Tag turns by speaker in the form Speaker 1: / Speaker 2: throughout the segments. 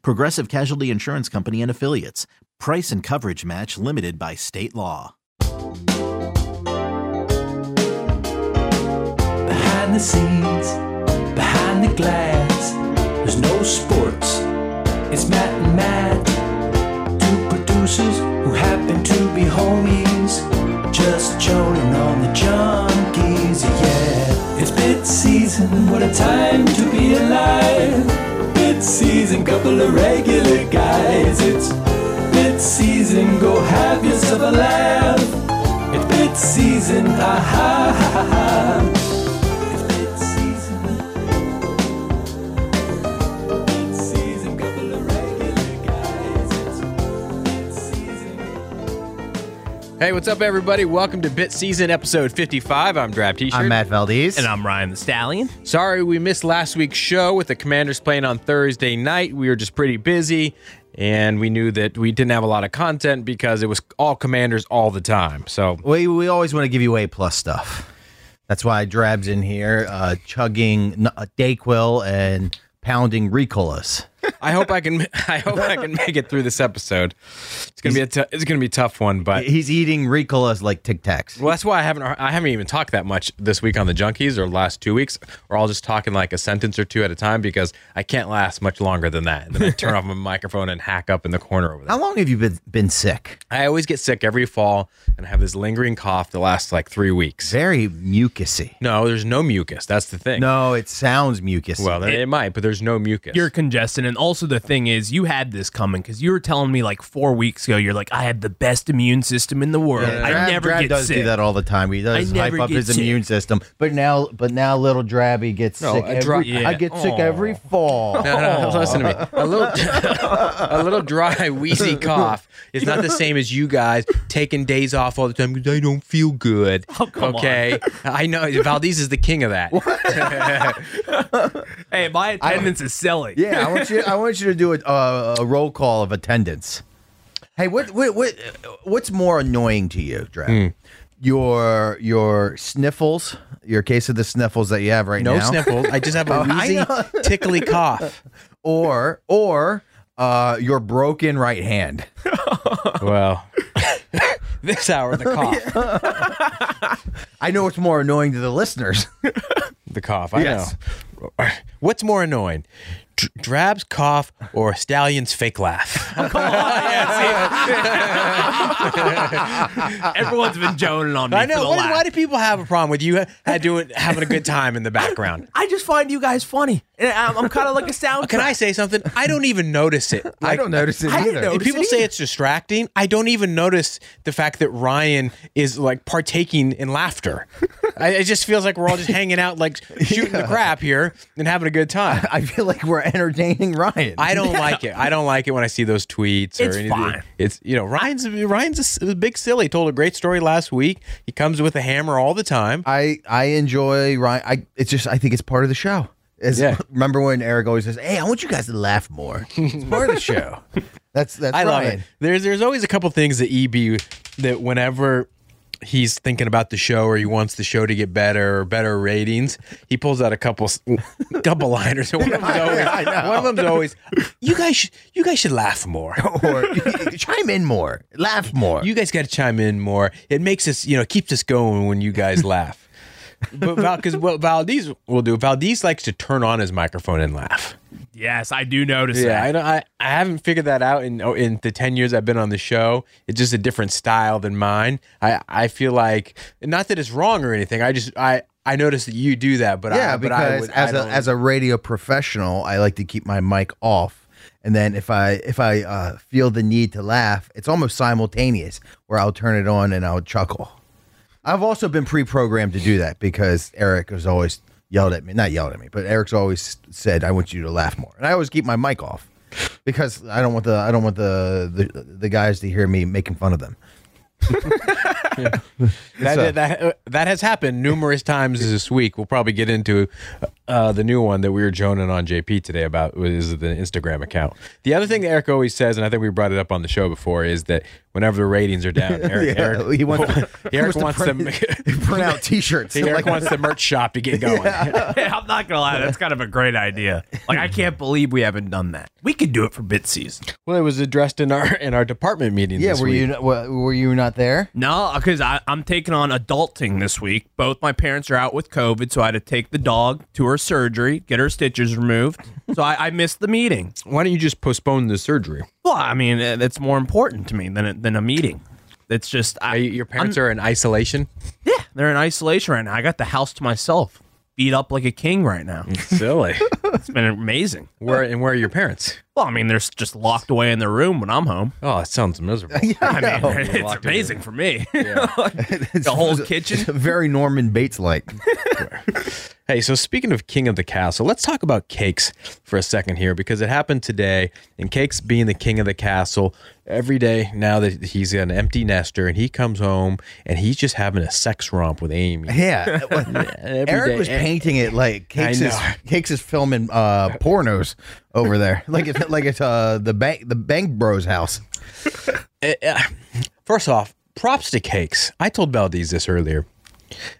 Speaker 1: Progressive Casualty Insurance Company and Affiliates. Price and coverage match limited by state law.
Speaker 2: Behind the scenes, behind the glass, there's no sports. It's Matt and Matt, two producers who happen to be homies, just joning on the junkies. Yeah, it's bit season. What a time to be alive! Bit season, couple of regular guys. It's bit season. Go have yourself a laugh. It's bit season. Ah ha ha ha. ha. It's bid season. Bid season, couple of regular guys. It's bid season.
Speaker 3: Hey, what's up, everybody? Welcome to Bit Season, episode 55. I'm Drab T-shirt.
Speaker 4: I'm Matt Valdez.
Speaker 5: And I'm Ryan the Stallion.
Speaker 3: Sorry we missed last week's show with the Commanders playing on Thursday night. We were just pretty busy, and we knew that we didn't have a lot of content because it was all Commanders all the time. So
Speaker 4: we, we always want to give you A plus stuff. That's why Drab's in here, uh, chugging n- uh, Dayquil and pounding Ricolas.
Speaker 3: I hope I can. I hope I can make it through this episode. It's gonna be a. T- it's gonna be a tough one, but
Speaker 4: He's eating Ricolas like Tic Tacs.
Speaker 3: well, that's why I haven't. I haven't even talked that much this week on the Junkies or last two weeks. We're all just talking like a sentence or two at a time because I can't last much longer than that. And then I turn off my microphone and hack up in the corner over there.
Speaker 4: How long have you been been sick?
Speaker 3: I always get sick every fall and have this lingering cough that lasts like three weeks.
Speaker 4: Very mucusy.
Speaker 3: No, there's no mucus. That's the thing.
Speaker 4: No, it sounds mucusy.
Speaker 3: Well, it, it might, but there's no mucus.
Speaker 5: You're congested. And also, the thing is, you had this coming because you were telling me like four weeks ago, you're like, I had the best immune system in the world.
Speaker 4: Yeah,
Speaker 5: I
Speaker 4: Drab,
Speaker 5: never
Speaker 4: Drab
Speaker 5: get
Speaker 4: does
Speaker 5: sick.
Speaker 4: do that all the time. He does
Speaker 5: I
Speaker 4: hype
Speaker 5: never
Speaker 4: up
Speaker 5: get
Speaker 4: his
Speaker 5: sick.
Speaker 4: immune system, but now, but now, little Drabby gets
Speaker 3: No,
Speaker 4: sick.
Speaker 3: a dra-
Speaker 4: every,
Speaker 3: yeah.
Speaker 4: I get sick every fall.
Speaker 3: no, no, no, listen to me. A little, a little dry, wheezy cough is not the same as you guys taking days off all the time because I don't feel good.
Speaker 5: come on.
Speaker 3: okay, I know Valdez is the king of that.
Speaker 5: Hey, my attendance is selling.
Speaker 4: Yeah, I want you. I want you to do a, uh, a roll call of attendance. Hey, what what what what's more annoying to you, Drac? Your your sniffles, your case of the sniffles that you have right
Speaker 3: No
Speaker 4: now,
Speaker 3: sniffles. Oh, I just have a wheezy, tickly cough.
Speaker 4: or or uh, your broken right hand.
Speaker 3: Well, this hour the cough,
Speaker 4: I know it's more annoying to the listeners.
Speaker 3: the cough. I
Speaker 4: Yes.
Speaker 3: know. What's more annoying, Dr- Drab's cough or a Stallion's fake laugh?
Speaker 5: Everyone's been joning on me.
Speaker 3: I know.
Speaker 5: For the
Speaker 3: Why,
Speaker 5: last-
Speaker 3: why do people have a problem with you ha- doing having a good time in the background?
Speaker 5: I just find you guys funny. And I'm, I'm kind of like a sound.
Speaker 3: Can I say something? I don't even notice it.
Speaker 4: I don't notice it
Speaker 5: I
Speaker 4: either.
Speaker 5: didn't know.
Speaker 3: If
Speaker 5: notice
Speaker 3: people
Speaker 5: it
Speaker 3: say
Speaker 5: either.
Speaker 3: it's distracting, I don't even notice the fact that Ryan is like partaking in laughter. I, it just feels like we're all just hanging out, like shooting the crap here and having a good time.
Speaker 4: I feel like we're entertaining Ryan.
Speaker 3: I don't like it. I don't like it when I see those tweets or
Speaker 5: It's
Speaker 3: anything.
Speaker 5: fine.
Speaker 3: It's you know Ryan's Ryan's a s- a, big silly. Told a great story last week. He comes with a hammer all the time.
Speaker 4: I I enjoy Ryan. I it's just I think it's part of the show. It's-
Speaker 3: Yeah.
Speaker 4: Remember when Eric always says, "Hey, I want you guys to laugh more." It's part of the show. That's that's
Speaker 3: I love
Speaker 4: Ryan.
Speaker 3: it. There's there's always a couple things that EB that whenever he's thinking about the show or he wants the show to get better or better ratings, he pulls out a couple s- couple liners. And One of them's always, one of them's always you guys should, you guys should laugh more.
Speaker 4: Or chime in more, laugh more.
Speaker 3: You guys got to chime in more. It makes us, you know, keeps us going when you guys laugh. But because what Valdez will do, Valdez likes to turn on his microphone and laugh.
Speaker 5: yes, I do notice
Speaker 3: Yeah,
Speaker 5: that.
Speaker 3: I don't. I, I haven't figured that out in oh, in the ten years I've been on the show. It's just a different style than mine. I I feel like not that it's wrong or anything. I just I I noticed that you do that, but
Speaker 4: yeah,
Speaker 3: I, but I
Speaker 4: because
Speaker 3: would, I
Speaker 4: as a
Speaker 3: don't-
Speaker 4: as a radio professional, I like to keep my mic off, and then if I if I uh, feel the need to laugh, it's almost simultaneous where I'll turn it on and I'll chuckle. I've also been pre-programmed to do that because Eric has always yelled at me, not yelled at me, but Eric's always said, "I want you to laugh more," and I always keep my mic off because I don't want the I don't want the the, the guys to hear me making fun of them.
Speaker 3: that,
Speaker 4: a-
Speaker 3: that uh, that has happened numerous times this week. We'll probably get into uh, the new one that we were joning on JP today about is the Instagram account. The other thing that Eric always says, and I think we brought it up on the show before, is that whenever the ratings are down, Eric
Speaker 4: Yeah,
Speaker 3: Eric,
Speaker 4: he wants to-
Speaker 3: Eric
Speaker 4: he wants
Speaker 3: wants
Speaker 4: to
Speaker 3: them.
Speaker 4: Print out T-shirts.
Speaker 3: Eric
Speaker 4: like-
Speaker 3: wants the merch shop to get going.
Speaker 5: I'm not gonna lie, that's kind of a great idea. Like I can't believe we haven't done that. We could do it for bit season.
Speaker 3: Well, it was addressed in our in our department meeting.
Speaker 4: yeah,
Speaker 3: this
Speaker 4: were
Speaker 3: week.
Speaker 4: you were were you not there?
Speaker 5: No, because I'm taking on adulting this week. Both my parents are out with COVID, so I had to take the dog to her surgery, get her stitches removed. So I, I missed the meeting.
Speaker 3: Why don't you just postpone the surgery?
Speaker 5: Well, I mean, uh, that's more important to me than a, than a meeting. It's just I,
Speaker 3: Are you- your parents are in isolation,
Speaker 5: yeah, they're in isolation right now. I got the house to myself, beat up like a king right now.
Speaker 3: silly.
Speaker 5: It's been amazing.
Speaker 3: where and where are your parents?
Speaker 5: Well, I mean, they're s- just locked away in their room when I'm home.
Speaker 3: Oh, it sounds miserable.
Speaker 5: I mean,
Speaker 3: Locked
Speaker 5: it's
Speaker 3: in your
Speaker 5: amazing for me. the whole kitchen.
Speaker 4: very Norman Bates like.
Speaker 3: Hey, so speaking of King of the Castle, let's talk about cakes for a second here because it happened today. And cakes being the king of the castle, every day now that he's an empty nester and he comes home and he's just having a sex romp with Amy.
Speaker 4: Yeah.
Speaker 3: Every
Speaker 4: Eric
Speaker 3: day.
Speaker 4: was painting it like Cakes is
Speaker 3: know.
Speaker 4: Cakes is filming uh pornos over there. Like it's like it's uh the bank the bank bros house.
Speaker 3: Uh, uh, First off, props to cakes. I told Valdez this earlier.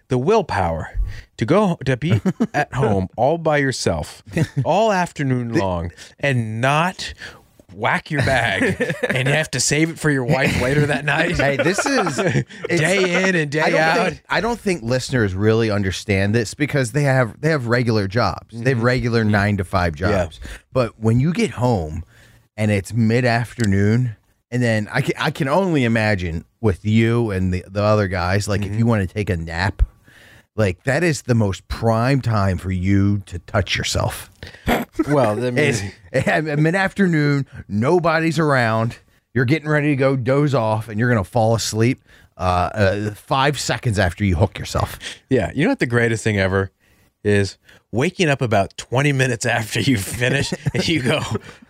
Speaker 3: The willpower to go to be at home all by yourself all afternoon long and not whack your bag and have to save it for your wife later that night.
Speaker 4: Hey, this is it's-
Speaker 3: day in and
Speaker 4: I
Speaker 3: day
Speaker 4: don't,
Speaker 3: out.
Speaker 4: think, I don't think listeners really understand this because they have they have regular jobs. They have
Speaker 3: Mm-hmm.
Speaker 4: regular nine to five jobs. But when you get home and it's mid afternoon, and then I can I can only imagine with you and the, the other guys, like
Speaker 3: Mm-hmm.
Speaker 4: if you want to take a nap, like that is the most prime time for you to touch yourself.
Speaker 3: well, I mean,
Speaker 4: It's mid afternoon, nobody's around. You're getting ready to go doze off, and you're gonna fall asleep uh, uh, five seconds after you hook yourself.
Speaker 3: yeah, you know what the greatest thing ever is waking up about 20 minutes after you finish and you go,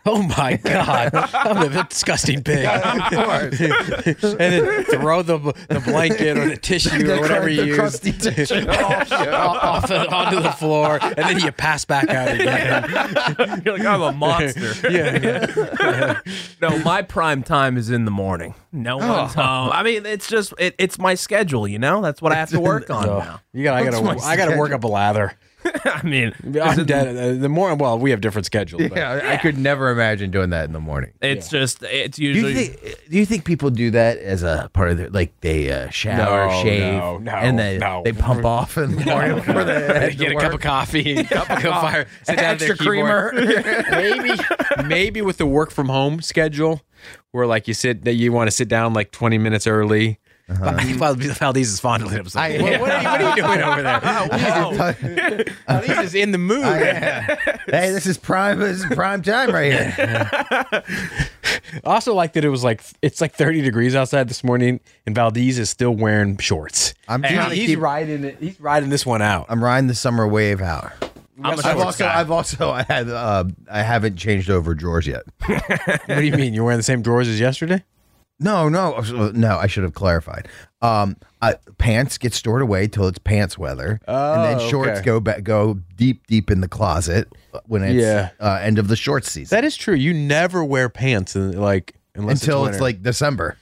Speaker 3: "Oh my god, I'm a disgusting pig." and then throw the the blanket or the tissue or whatever you use off the, onto the floor and then you pass back out again.
Speaker 5: You're like, I'm a monster.
Speaker 3: Yeah.
Speaker 5: No, my prime time is in the morning. No one's home. I mean, it's just it, it's my schedule. You know, that's what I have to work on
Speaker 3: So,
Speaker 5: now.
Speaker 3: you got I got to I got to work up a lather.
Speaker 5: I mean,
Speaker 3: I'm dead. uh, The more well, we have different schedules. but-
Speaker 4: Yeah, I could never imagine doing that in the morning.
Speaker 5: it's just it's
Speaker 4: Do
Speaker 5: usually
Speaker 4: you think? Do you think people do that as a part of their like they uh, shower,
Speaker 3: No,
Speaker 4: shave,
Speaker 3: no, no,
Speaker 4: and then
Speaker 3: no.
Speaker 4: they pump off in the morning before they head to
Speaker 3: get a cup
Speaker 4: work?
Speaker 3: of coffee, a cup of fire, sit down at their
Speaker 4: Extra
Speaker 3: keyboard. maybe, maybe with the work from home schedule, where like you sit that you want to sit down like twenty minutes early. But Valdez- Valdez is fondling himself.
Speaker 4: I-
Speaker 3: what, what, are you, what are you doing over there? Valdez is in the mood.
Speaker 4: uh, hey, this is prime. This is prime time right here.
Speaker 3: I also like that it was like it's like thirty degrees outside this morning, and Valdez is still wearing shorts.
Speaker 4: I'm trying to
Speaker 3: he's
Speaker 4: keep-
Speaker 3: riding it. He's riding this one out.
Speaker 4: I'm riding the summer wave out. I've
Speaker 5: I'm a
Speaker 3: Oh,
Speaker 5: shorts
Speaker 4: also,
Speaker 5: guy.
Speaker 4: I've also, I had, uh, I haven't changed over drawers yet.
Speaker 3: what do you mean? You're wearing the same drawers as yesterday?
Speaker 4: No, no, uh, no. I should have clarified. Um, I, pants get stored away till it's pants weather, and
Speaker 3: Oh,
Speaker 4: then shorts
Speaker 3: okay.
Speaker 4: go back, go deep, deep in the closet when it's
Speaker 3: Yeah.
Speaker 4: uh, end of the shorts season
Speaker 3: That is true. You never wear pants in, like unless
Speaker 4: until
Speaker 3: winter.
Speaker 4: it's like December.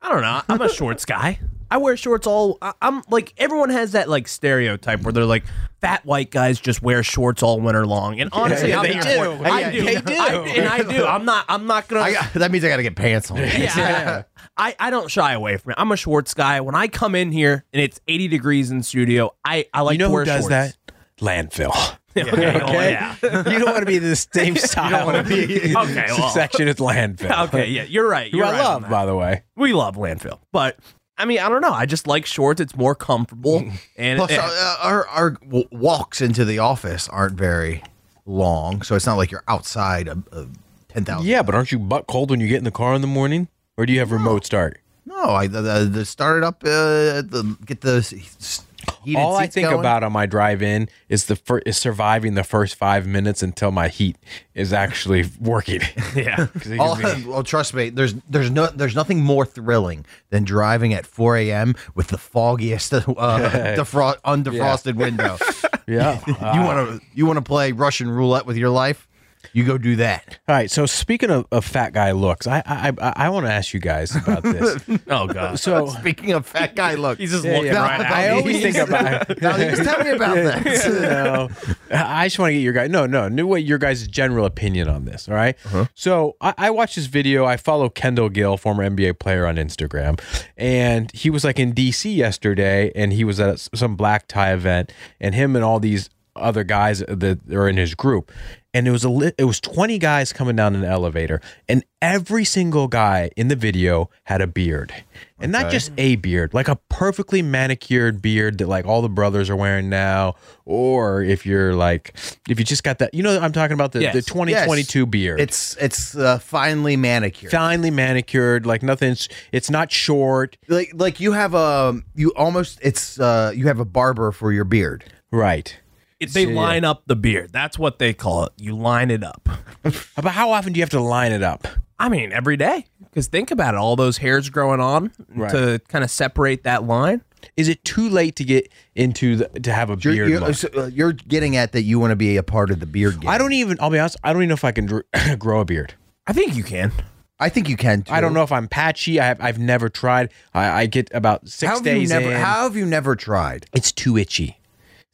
Speaker 5: I don't know. I'm a shorts guy. I wear shorts all. I, I'm like everyone has that like stereotype where they're like fat white guys just wear shorts all winter long. And honestly,
Speaker 3: yeah,
Speaker 5: I'm
Speaker 3: they
Speaker 5: not-
Speaker 3: do.
Speaker 5: I
Speaker 3: Yeah,
Speaker 5: do.
Speaker 3: they do.
Speaker 5: I- and I do. I'm not. I'm not gonna.
Speaker 4: I got, that means I got to get pants on.
Speaker 5: Yeah, I, I don't shy away from it. I'm a Schwartz guy. When I come in here and it's 80 degrees in the studio, I, I like
Speaker 3: you know
Speaker 5: to wear
Speaker 3: who does
Speaker 5: shorts.
Speaker 3: that? Landfill.
Speaker 5: Okay, well,
Speaker 3: Okay?
Speaker 5: yeah.
Speaker 3: Oh, You don't want to be the same style.
Speaker 5: Okay, well.
Speaker 3: section is landfill.
Speaker 5: Okay, yeah, you're right.
Speaker 3: Who
Speaker 5: You're
Speaker 3: I
Speaker 5: right on
Speaker 3: love,
Speaker 5: that.
Speaker 3: by the way.
Speaker 5: We love landfill, but I mean, I don't know. I just like shorts. It's more comfortable, and
Speaker 4: Plus,
Speaker 5: it-
Speaker 4: uh, our our w- walks into the office aren't very long, so it's not like you're outside a, a ten thousand.
Speaker 3: Yeah, but aren't you butt cold when you get in the car in the morning? Or do you have remote start?
Speaker 4: No, I the, the, the started up. Uh, the get the s- s- heated
Speaker 3: All I
Speaker 4: seats
Speaker 3: think
Speaker 4: going.
Speaker 3: about on my drive in is the fir- is surviving the first five minutes until my heat is actually working.
Speaker 5: yeah,
Speaker 3: 'Cause it
Speaker 4: All,
Speaker 3: gives me-
Speaker 4: well, trust me. There's there's no there's nothing more thrilling than driving at 4 a.m. with the foggiest uh, defro- undefrosted window.
Speaker 3: yeah.
Speaker 4: you want to you want to play Russian roulette with your life? You go do that.
Speaker 3: All right. So speaking of, of fat guy looks, I I I, I want to ask you guys about this.
Speaker 5: oh god,
Speaker 3: So
Speaker 4: Speaking of fat guy, look,
Speaker 5: he's just
Speaker 3: Yeah,
Speaker 5: looking
Speaker 3: yeah.
Speaker 5: right at.
Speaker 3: I
Speaker 5: me.
Speaker 3: always think about.
Speaker 4: Now, you just tell me about that.
Speaker 3: no, I just want to get your guys. No, no, no. What your guys' general opinion on this? All right?
Speaker 4: Uh-huh.
Speaker 3: So I, I watched this video. I follow Kendall Gill, former NBA player, on Instagram, and he was like in DC yesterday, and he was at s- some black tie event, and him and all these other guys that are in his group. And it was a li- it was 20 guys coming down an elevator and every single guy in the video had a beard. And not just a beard, like a perfectly manicured beard that like all the brothers are wearing now or if you're like if you just got that you know I'm talking about the
Speaker 5: Yes.
Speaker 3: the 2022 beard.
Speaker 4: It's it's uh, finely manicured.
Speaker 3: finely manicured, like nothing's it's not short.
Speaker 4: like like you have a you almost it's uh you have a barber for your beard.
Speaker 3: Right.
Speaker 5: It- they line up the beard. That's what they call it. You line it up.
Speaker 3: But how often do you have to line it up?
Speaker 5: I mean, every day. Because think about it, all those hairs growing on to kind of separate that line.
Speaker 3: Is it too late to get into the to have a
Speaker 4: You're,
Speaker 3: beard
Speaker 4: you're,
Speaker 3: look?
Speaker 4: so, uh, you're getting at that you want to be a part of the beard game.
Speaker 3: I don't even. I'll be honest. I don't even know if I can dr- grow a beard.
Speaker 5: I think you can.
Speaker 4: I think you can. Too.
Speaker 3: I don't know if I'm patchy. I have, I've never tried. I, I get about six
Speaker 4: How have you
Speaker 3: days
Speaker 4: never?
Speaker 3: in.
Speaker 4: How have you never tried?
Speaker 3: it's too itchy.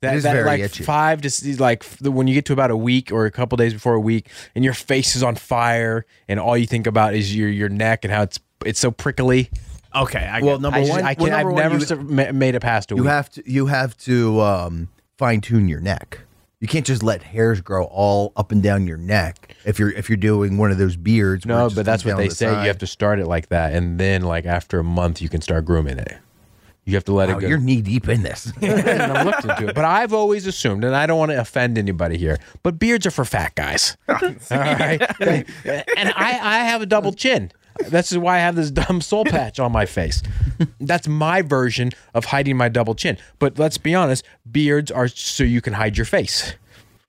Speaker 3: That,
Speaker 4: is
Speaker 3: that,
Speaker 4: very
Speaker 3: like
Speaker 4: itchy.
Speaker 3: five to s- like f- the- when you get to about a week or a couple days before a week, and your face is on fire, and all you think about is your your neck and how it's it's so prickly.
Speaker 5: Okay. I
Speaker 4: Well,
Speaker 5: get-
Speaker 4: number
Speaker 3: I just,
Speaker 4: one,
Speaker 3: I
Speaker 4: well,
Speaker 3: can,
Speaker 4: number
Speaker 3: I've
Speaker 4: one,
Speaker 3: never
Speaker 4: you,
Speaker 3: sur- ma- made it past a
Speaker 4: you
Speaker 3: week.
Speaker 4: have to you have to um, fine tune your neck. You can't just let hairs grow all up and down your neck if you're if you're doing one of those beards. where it
Speaker 3: no,
Speaker 4: just
Speaker 3: but that's
Speaker 4: comes
Speaker 3: what
Speaker 4: down
Speaker 3: they
Speaker 4: the
Speaker 3: say.
Speaker 4: side.
Speaker 3: You have to start it like that, and then like after a month, you can start grooming it. You have to let
Speaker 4: Wow,
Speaker 3: it go.
Speaker 4: you're knee deep in this.
Speaker 3: and I'm looked into it. But I've always assumed, and I don't want to offend anybody here, but beards are for fat guys. All right. and I, I have a double chin. This is why I have this dumb soul patch on my face. That's my version of hiding my double chin. But let's be honest, beards are so you can hide your face.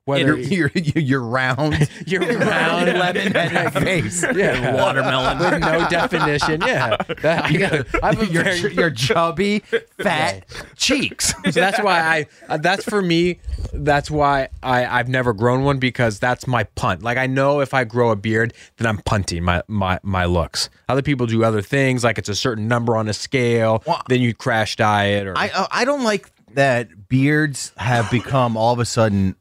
Speaker 3: Whether
Speaker 4: you're, you're you're round.
Speaker 3: you're round,
Speaker 4: lemon head face.
Speaker 3: yeah,
Speaker 5: watermelon.
Speaker 3: with no definition, yeah. That- I, got- I have a
Speaker 4: Your,
Speaker 3: very-
Speaker 4: ch- your chubby, fat cheeks.
Speaker 3: So that's why I. uh, That's for me. That's why I. I've never grown one because that's my punt. Like I know if I grow a beard, then I'm punting my my my looks. Other people do other things, like it's a certain number on a scale.
Speaker 4: Well,
Speaker 3: then you crash diet, or
Speaker 4: I uh, I don't like that beards have become all of a sudden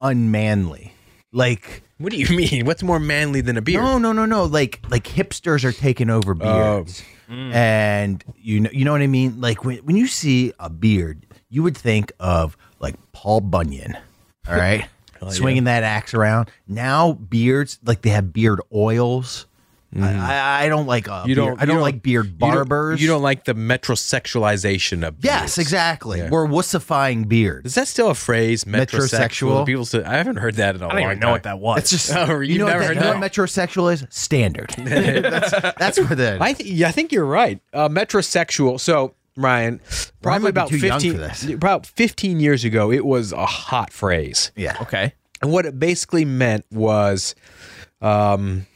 Speaker 4: unmanly. Like
Speaker 3: what do you mean? What's more manly than a beard? Oh.
Speaker 4: no no no no like like hipsters are taking over beards.
Speaker 3: Mm.
Speaker 4: And you know you know what I mean? Like when when you see a beard, you would think of like Paul Bunyan. All right?
Speaker 3: Oh,
Speaker 4: Swinging that axe around. Now beards like they have beard oils. I, I, I don't like a
Speaker 3: Mm. You
Speaker 4: beard-
Speaker 3: don't.
Speaker 4: I
Speaker 3: you
Speaker 4: don't, like
Speaker 3: you
Speaker 4: beard
Speaker 3: don't-
Speaker 4: barbers.
Speaker 3: You don't, like the metrosexualization of.
Speaker 4: Yes,
Speaker 3: beards.
Speaker 4: exactly. We're wussifying beards.
Speaker 3: Is that still a phrase? Metrosexual.
Speaker 4: Metrosexual?
Speaker 3: People say I haven't heard that in a
Speaker 5: I
Speaker 3: long
Speaker 5: don't
Speaker 3: time.
Speaker 5: even know what that was.
Speaker 4: It's just
Speaker 3: Oh,
Speaker 4: you
Speaker 3: you've
Speaker 4: know what
Speaker 3: never
Speaker 4: that,
Speaker 3: heard
Speaker 4: you know
Speaker 3: that?
Speaker 4: what metrosexual is standard. that's, that's where the
Speaker 3: I th- yeah, I think you're right. Uh, metrosexual. So Ryan,
Speaker 4: Ryan
Speaker 3: probably
Speaker 4: might be
Speaker 3: about
Speaker 4: too young
Speaker 3: fifteen,
Speaker 4: for this.
Speaker 3: about fifteen years ago, it was a hot phrase,
Speaker 4: yeah.
Speaker 5: okay.
Speaker 3: and what it basically meant was, um,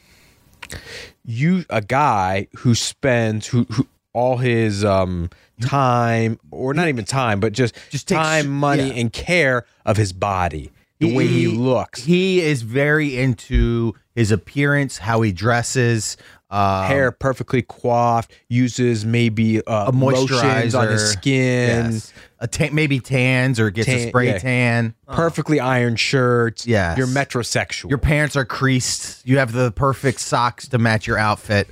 Speaker 3: you a guy who spends who. who all his um, time, or not even time, but just,
Speaker 4: Just takes-
Speaker 3: time, money,
Speaker 4: yeah.
Speaker 3: and care of his body, the way he looks.
Speaker 4: He is very into his appearance, how he dresses, uh,
Speaker 3: hair perfectly coiffed, uses maybe uh,
Speaker 4: a
Speaker 3: lotions
Speaker 4: moisturizer
Speaker 3: on his skin,
Speaker 4: Yes. A tan, maybe tans or gets
Speaker 3: Tan-
Speaker 4: a spray
Speaker 3: yeah.
Speaker 4: tan.
Speaker 3: Uh-huh. perfectly ironed shirts.
Speaker 4: Yes.
Speaker 3: You're metrosexual.
Speaker 4: Your pants are creased. You have the perfect socks to match your outfit.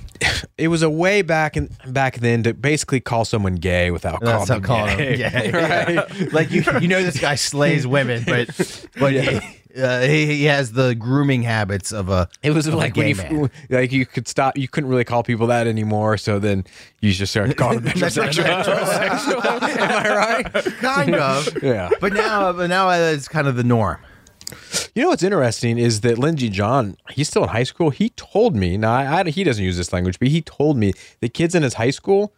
Speaker 3: it was a way back in back then to basically call someone gay without
Speaker 4: That's
Speaker 3: calling
Speaker 4: not
Speaker 3: them
Speaker 4: calling
Speaker 3: gay.
Speaker 4: him. Yeah, like you, you know, this guy slays women, but but he, uh, he, he has the grooming habits of a.
Speaker 3: It was
Speaker 4: of a
Speaker 3: like when
Speaker 4: gay
Speaker 3: you
Speaker 4: man.
Speaker 3: like you could stop you couldn't really call people that anymore. So then you just started calling them metrosexual. Am I right?
Speaker 4: kind of,
Speaker 3: Yeah.
Speaker 4: But now, but now it's kind of the norm.
Speaker 3: You know what's interesting is that Lindsey John, he's still in high school. He told me now I, I- he doesn't use this language, but he told me the kids in his high school,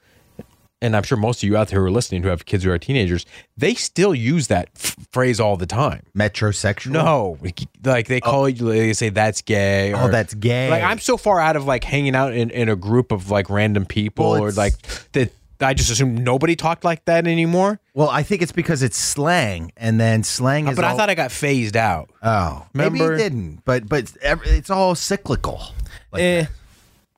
Speaker 3: and I'm sure most of you out there who are listening who have kids who are teenagers, they still use that f- phrase all the time.
Speaker 4: Metrosexual.
Speaker 3: No, like they call you, they say that's gay.
Speaker 4: Oh, that's gay.
Speaker 3: Like I'm so far out of like hanging out in, in a group of like random people
Speaker 4: Well,
Speaker 3: or
Speaker 4: it's-
Speaker 3: like that. I just assume nobody talked like that anymore.
Speaker 4: Well, I think it's because it's slang, and then slang is.
Speaker 3: Uh, But I
Speaker 4: all-
Speaker 3: thought I got phased out.
Speaker 4: Oh, maybe
Speaker 3: Remember-
Speaker 4: it didn't, but but it's, ev- it's all cyclical. Like
Speaker 5: Eh,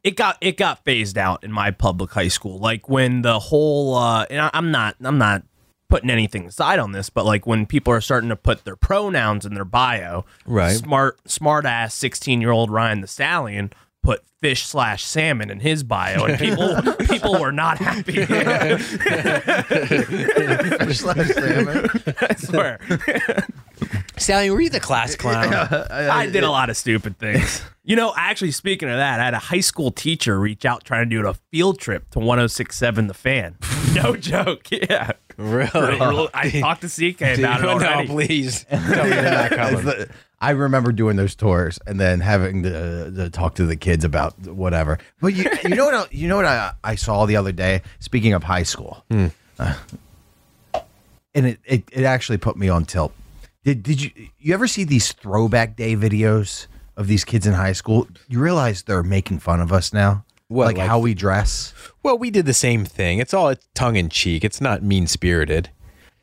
Speaker 5: it got it got phased out in my public high school. Like when the whole uh, and I, I'm not I'm not putting anything aside on this, but like when people are starting to put their pronouns in their bio,
Speaker 3: Right.
Speaker 5: Smart smart ass sixteen year old Ryan the Stallion put fish slash salmon in his bio, and people people were not happy. I swear,
Speaker 3: Sally, were you the class clown?
Speaker 5: I did a lot of stupid things. You know, actually, speaking of that, I had a high school teacher reach out trying to do a field trip to 1067 The Fan. No joke. Yeah.
Speaker 3: Really?
Speaker 5: I talked to CK about it already.
Speaker 3: No, please. Tell me they're not
Speaker 4: It's
Speaker 3: coming.
Speaker 4: the- I remember doing those tours and then having to, to talk to the kids about whatever. But you, you know what? I, you know what I, I saw the other day. Speaking of high school,
Speaker 3: Hmm.
Speaker 4: Uh, and it, it it actually put me on tilt. Did did you you ever see these throwback day videos of these kids in high school? You realize they're making fun of us now.
Speaker 3: What,
Speaker 4: like,
Speaker 3: like-
Speaker 4: how we dress.
Speaker 3: Well, we did the same thing. It's all tongue in cheek. It's not mean spirited.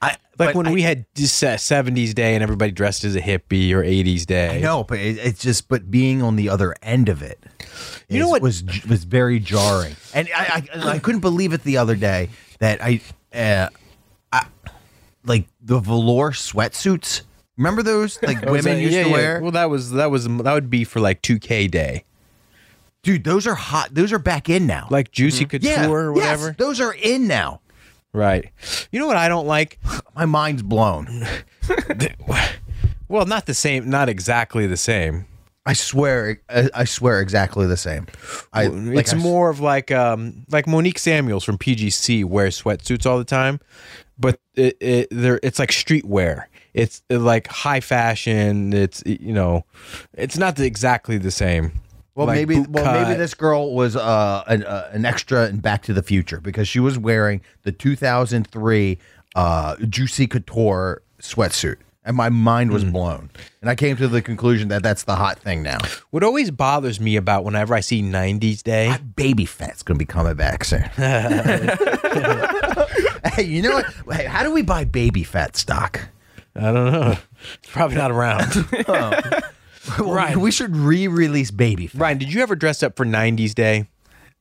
Speaker 4: I
Speaker 3: Like when
Speaker 4: we.
Speaker 3: we had seventies day and everybody dressed as a hippie or eighties day.
Speaker 4: No, but it, it's just but being on the other end of it.
Speaker 3: You know
Speaker 4: is-
Speaker 3: what-
Speaker 4: was j- was very jarring, and I, I I couldn't believe it the other day that I, uh, I like the velour sweatsuits. Remember those like
Speaker 3: Was
Speaker 4: women
Speaker 3: Oh, that-
Speaker 4: used
Speaker 3: yeah,
Speaker 4: to
Speaker 3: yeah.
Speaker 4: wear?
Speaker 3: Well, that was that was that would be for like two K day,
Speaker 4: Dude, those are hot. Those are back in now.
Speaker 3: like Juicy Couture
Speaker 4: Mm-hmm. yeah,
Speaker 3: or
Speaker 4: yes,
Speaker 3: whatever.
Speaker 4: those are in now.
Speaker 3: Right. You know what I don't like?
Speaker 4: My mind's blown.
Speaker 3: Well, not the same. Not exactly the same.
Speaker 4: I swear, I, I swear, exactly the same. I like,
Speaker 3: it's
Speaker 4: I-
Speaker 3: more of like um like Monique Samuels from PGC wears sweatsuits all the time, but it, it they're it's like streetwear. It's uh, like high fashion. It's you know, it's not the- exactly the same.
Speaker 4: Well,
Speaker 3: Like
Speaker 4: maybe
Speaker 3: boot
Speaker 4: well maybe
Speaker 3: cut.
Speaker 4: this girl was uh, an, uh, an extra in Back to the Future because she was wearing the 2003 uh, Juicy Couture sweatsuit, and my mind was blown. And I came to the conclusion that that's the hot thing now.
Speaker 3: What always bothers me about whenever I see '90s day.
Speaker 4: That baby fat's gonna be coming back soon. hey, you know what? Hey, how do we buy baby fat stock?
Speaker 3: I don't know. It's probably not around.
Speaker 4: Right, we should re-release baby fat.
Speaker 3: Ryan, did you ever dress up for '90s day?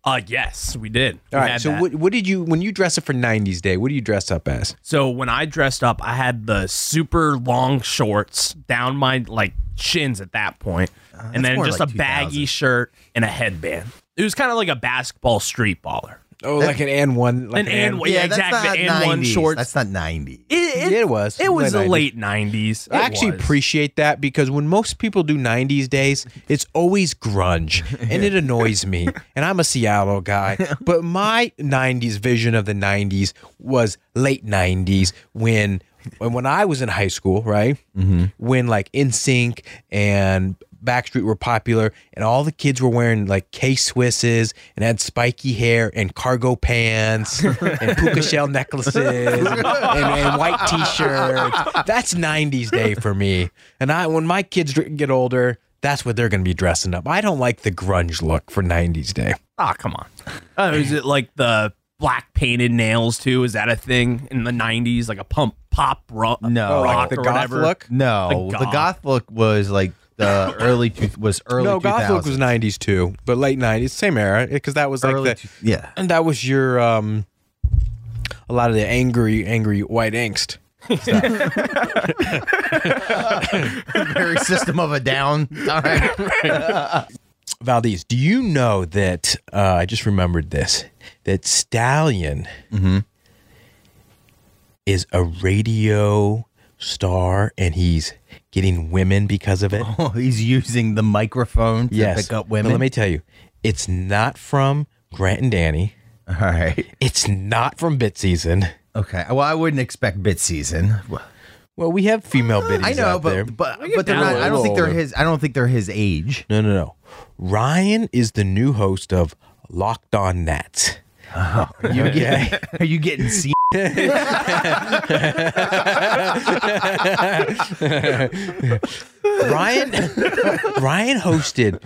Speaker 5: Uh, yes, we did. We
Speaker 3: All right.
Speaker 5: had
Speaker 3: So
Speaker 5: that.
Speaker 3: what what did you when you dress up for '90s day? What do you dress up as?
Speaker 5: So when I dressed up, I had the super long shorts down my like shins at that point, and then
Speaker 4: more
Speaker 5: just
Speaker 4: like
Speaker 5: a baggy
Speaker 4: 2000.
Speaker 5: shirt and a headband. It was kind of like a basketball street baller.
Speaker 3: Oh, like an and one. Like
Speaker 5: An and one- yeah, exactly,
Speaker 4: not
Speaker 5: and one
Speaker 4: 90s.
Speaker 5: shorts.
Speaker 4: That's not 90.
Speaker 5: It,
Speaker 3: Yeah, it was.
Speaker 5: It was
Speaker 3: Late
Speaker 5: the late nineties.
Speaker 3: I actually appreciate that because when most people do 90s days, it's always grunge and it annoys me. And I'm a Seattle guy, but my 90s vision of the 90s was late 90s when when when I was in high school, right? When like NSYNC and Backstreet were popular and all the kids were wearing like K Swisses and had spiky hair and cargo pants and puka shell necklaces and, and white t shirts. That's 90s day for me. And I, when my kids dr- get older, that's what they're going to be dressing up. I don't like the grunge look for 90s day.
Speaker 5: Ah, come on. Oh, is it like the black painted nails too? Is that a thing in the nineties? Like a pump pop rock?
Speaker 4: No.
Speaker 5: rock
Speaker 4: Like
Speaker 3: the
Speaker 5: or
Speaker 3: goth
Speaker 5: whatever?
Speaker 3: look?
Speaker 4: No,
Speaker 5: The
Speaker 4: the
Speaker 5: goth.
Speaker 4: goth, look was like the early two, was early
Speaker 3: no,
Speaker 4: 2000s.
Speaker 3: Gothwick was '90s too, but late '90s, same era, because that was like
Speaker 4: Early
Speaker 3: the
Speaker 4: two- yeah.
Speaker 3: and that was your um, a lot of the angry, angry white angst.
Speaker 4: very system of a down time.
Speaker 3: Valdez, do you know that uh, I just remembered this that Stallion
Speaker 4: Mm-hmm.
Speaker 3: is a radio star and he's getting women because of it?
Speaker 4: Oh, he's using the microphone to
Speaker 3: yes.
Speaker 4: pick up
Speaker 3: But
Speaker 4: women.
Speaker 3: let me tell you, it's not from Grant and Danny.
Speaker 4: All right.
Speaker 3: It's not from Bit Season.
Speaker 4: Okay. Well, I wouldn't expect bit season.
Speaker 3: Well, we have female biddies
Speaker 4: Uh, I know,
Speaker 3: out there.
Speaker 4: but but but they're not.
Speaker 5: down a
Speaker 4: I don't
Speaker 3: little
Speaker 4: think they're
Speaker 3: older.
Speaker 4: his. I don't think they're his age.
Speaker 3: no, no, no. Ryan is the new host of Locked On Nats.
Speaker 4: You get, are you getting seen?
Speaker 3: Ryan Ryan hosted